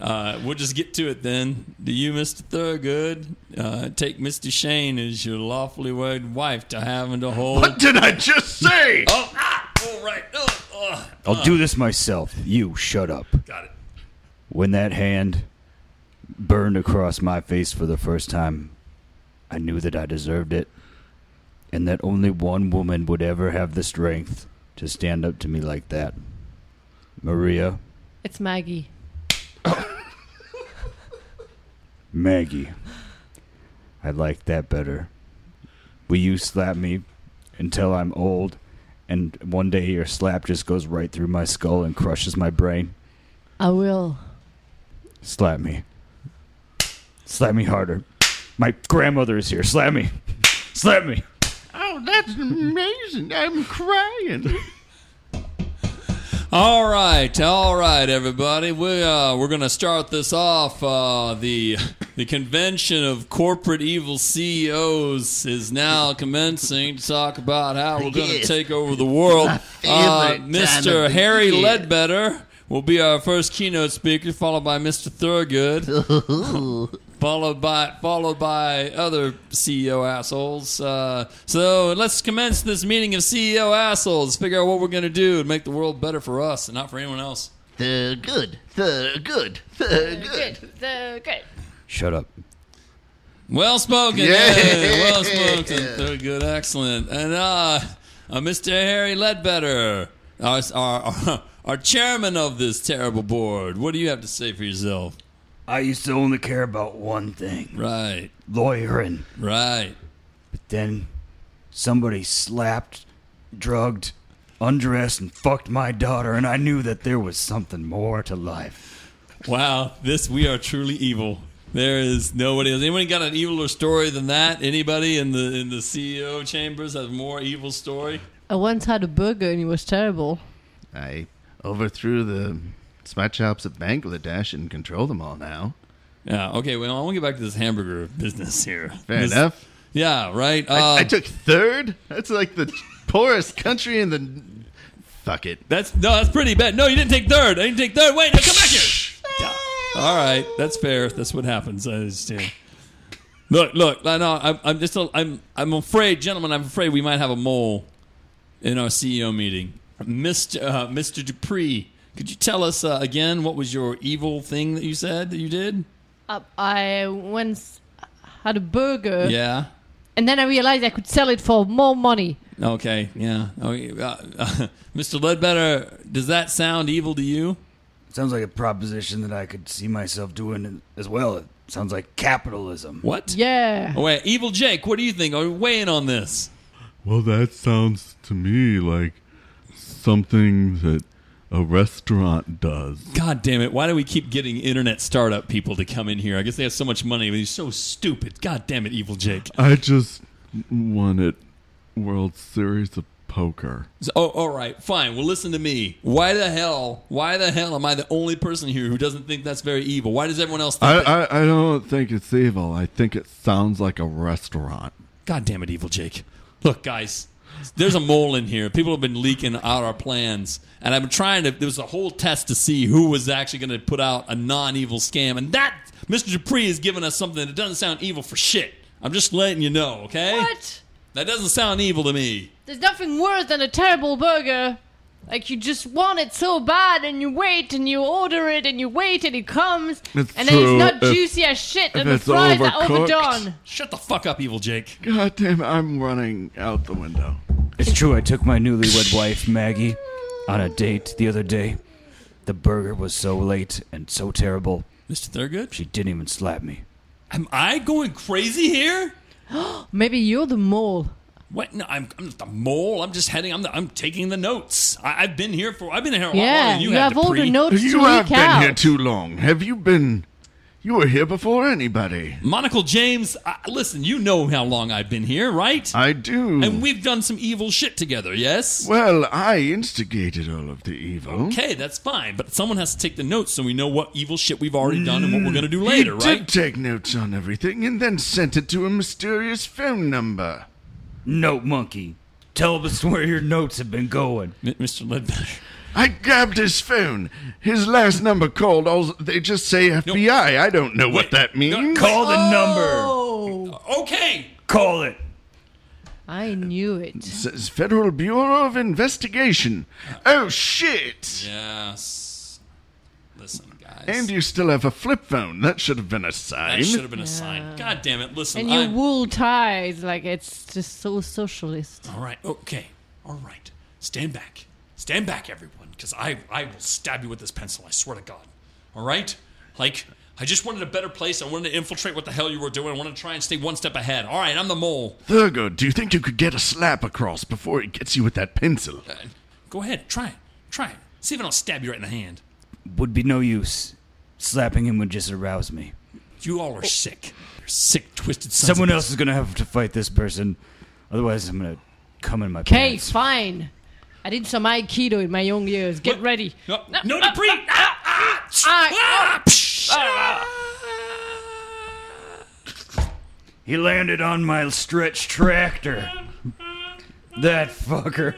Uh, we'll just get to it then. Do you, Mr. Thurgood, uh, take Miss Duchesne as your lawfully wed wife to have and to hold? What did I just say? Oh, ah, oh, right. Oh, oh. I'll do this myself. You shut up. Got it. When that hand burned across my face for the first time, I knew that I deserved it, and that only one woman would ever have the strength to stand up to me like that. Maria, it's Maggie. Maggie, I like that better. Will you slap me until I'm old, and one day your slap just goes right through my skull and crushes my brain? I will. Slap me. Slap me harder. My grandmother is here. Slap me. Slap me. Oh, that's amazing. I'm crying. All right, all right, everybody. We uh, we're gonna start this off. Uh, the the convention of corporate evil CEOs is now commencing to talk about how we're gonna Yes. take over the world. Uh, favorite time Mr. of the Harry year. Ledbetter will be our first keynote speaker, followed by Mr. Thurgood, followed by followed by other CEO assholes. Uh, so let's commence this meeting of CEO assholes. Figure out what we're gonna do to make the world better for us and not for anyone else. The good. The good. The good. The good. Shut up. Well spoken. Yeah. yeah, Well spoken. Thurgood, excellent. And uh, uh, Mr. Harry Ledbetter, our, our, our chairman of this terrible board, what do you have to say for yourself? I used to only care about one thing Right, lawyering. right. But then somebody slapped, drugged, undressed, and fucked my daughter, and I knew that there was something more to life. Wow, this we are truly evil. There is nobody else. Anybody got an eviler story than that? Anybody in the in the CEO chambers has a more evil story? I once had a burger and it was terrible. I overthrew the spot shops of Bangladesh and control them all now. Yeah. Okay. Well, I want to get back to this hamburger business here. Fair This- enough. Yeah. Right. Uh, I, I took third. That's like the poorest country in the. Fuck it. That's no, that's pretty bad. No, you didn't take third. I didn't take third. Wait, no, come back here. Yeah. All right, that's fair. That's what happens. I understand. Look, look. I know. I'm, I'm just. A, I'm. I'm afraid, gentlemen. I'm afraid we might have a mole in our CEO meeting. Mr. Uh, Mr. Dupree, could you tell us uh, again what was your evil thing that you said that you did? Uh, I once had a burger, Yeah. and then I realized I could sell it for more money. Okay. Yeah. Oh, uh, Mr. Ledbetter, does that sound evil to you? Sounds like a proposition that I could see myself doing as well. It sounds like capitalism. What? Yeah. Oh, wait, evil Jake. What do you think? Are you weighing on this? Well, that sounds to me like something that a restaurant does. God damn it. Why do we keep getting internet startup people to come in here? I guess they have so much money, but he's so stupid. God damn it, evil Jake. I just won it World Series of Poker. So- oh, all right, fine. Well, listen to me. Why the hell, why the hell am I the only person here who doesn't think that's very evil? Why does everyone else think I, that? I, I don't think it's evil. I think it sounds like a restaurant. God damn it, evil Jake. Look, guys, there's a mole in here. People have been leaking out our plans, and I've been trying to. There was a whole test to see who was actually going to put out a non-evil scam, and that Mr. Dupree has given us something that doesn't sound evil for shit. I'm just letting you know, okay? What? That doesn't sound evil to me. There's nothing worse than a terrible burger. Like you just want it so bad, and you wait, and you order it, and you wait, and it comes, It's and then it's true. not If- juicy as shit, and the it's fries are overcooked- overdone. Shut the fuck up, evil Jake. God damn it, I'm running out the window. It's true, I took my newlywed wife, Maggie, on a date the other day. The burger was so late and so terrible, Mr. Thurgood, she didn't even slap me. am I going crazy here? Maybe you're the mole. What? No, I'm, I'm not the mole. I'm just heading. I'm, the, I'm taking the notes. I, I've been here for. I've been here a Oh, lot longer Yeah, than you, you, have have all the Dupree. notes to You have leak been here out. too long. Have you been. You were here before anybody. Monocle James, I, listen. You know how long I've been here, right? I do. and we've done some evil shit together. Yes. well, I instigated all of the evil. Okay, that's fine. But someone has to take the notes so we know what evil shit we've already done and what we're gonna do later, you right? did take notes on everything and then sent it to a mysterious phone number. Note monkey, tell us where your notes have been going. M- Mr. Ledbetter. I grabbed his phone. His last number called. All they just say FBI. I don't know Wait. what that means. Call the number! Oh, Okay. Call it! I knew it. Says Federal Bureau of Investigation. Oh shit! Yes. Listen, guys. And you still have a flip phone. That should have been a that sign. should have been a sign. God damn it! Listen, And your I'm- wool ties, like it's just so socialist. All right. Okay. All right. Stand back. Stand back, everyone, because I I will stab you with this pencil. I swear to God. All right. Like I just wanted a better place. I wanted to infiltrate what the hell you were doing. I wanted to try and stay one step ahead. All right. I'm the mole. Thurgood, do you think you could get a slap across Uh, before he gets you with that pencil? Go ahead. Try it. Try it. See if I don't stab you right in the hand. would be no use. Slapping him would just arouse me. You all are sick. You're sick, twisted sons of Someone bitches. else is gonna have to fight this person. Otherwise, I'm gonna come in my Okay, pants. fine. I did some Aikido in my young years. Get ready. No, no, no, pre- ah, ah, tsh, ah, psh, ah. He landed on my stretch tractor. that fucker.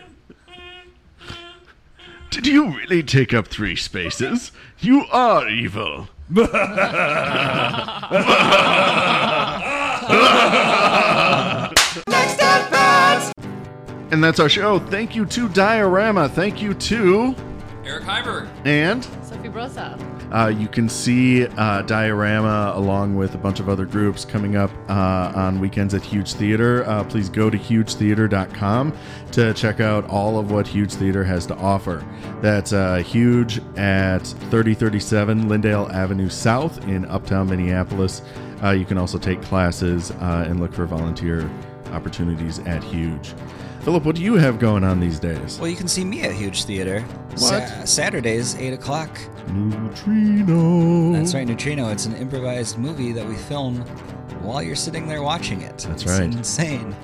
Did you really take up three spaces? You are evil. And that's our show. Thank you to Diorama. Thank you to. Eric Hyberg. And Sophie Brosa. uh, you can see uh, Diorama along with a bunch of other groups coming up uh, on weekends at Huge Theater. Uh, please go to hugetheater.com to check out all of what Huge Theater has to offer. That's uh, huge at 3037 Lindale Avenue South in uptown Minneapolis. Uh, you can also take classes uh, and look for volunteer opportunities at Huge. Philip, what do you have going on these days? Well, you can see me at Huge Theater. What? Saturdays, 8 o'clock. Neutrino. That's right, Neutrino. It's an improvised movie that we film while you're sitting there watching it. That's It's right. Insane.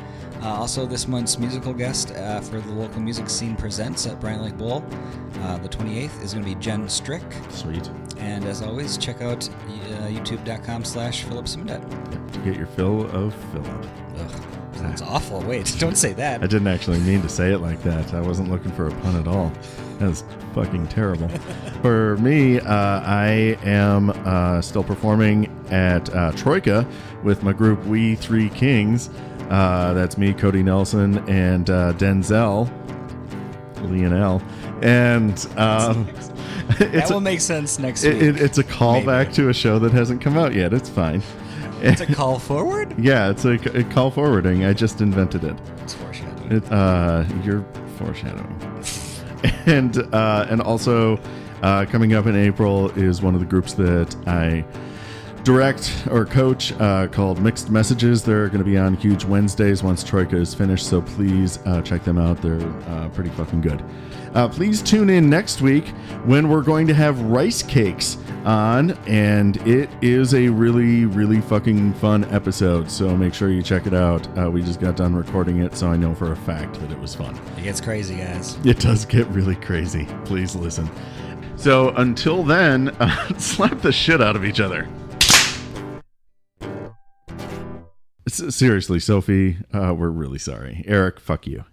Uh, also, this month's musical guest uh, for the local music scene presents at Bryant Lake Bowl, uh, the 28th, is going to be Jen Strick. Sweet. And as always, check out uh, youtube.com slash Philip Simdet. to get your fill of Philip. Ugh, sounds awful. Wait, don't say I that. didn't actually mean to say it like that. I wasn't looking for a pun at all. That was fucking terrible. for me, uh, I am uh, still performing at uh, Troika with my group We Three Kings. Uh, that's me, Cody Nelson, and uh, Denzel, Lionel, and uh, That it's will a, make sense next it, week. it- it's a callback to a show that hasn't come out yet. It's fine. it's a call forward? Yeah, it's a, a call forwarding. I just invented it. It's foreshadowing. It, uh, you're foreshadowing. and uh, and also uh, coming up in April is one of the groups that I direct or coach uh, called Mixed Messages. They're going to be on Huge Wednesdays once Troika is finished. So please uh, check them out. They're uh, pretty fucking good. Uh, please tune in next week when we're going to have rice cakes on, and it is a really, really fucking fun episode. So make sure you check it out. Uh, we just got done recording it, so I know for a fact that it was fun. It gets crazy, guys. It does get really crazy. Please listen. So until then, uh, slap the shit out of each other. S- seriously, Sophie, uh, we're really sorry. Eric, fuck you.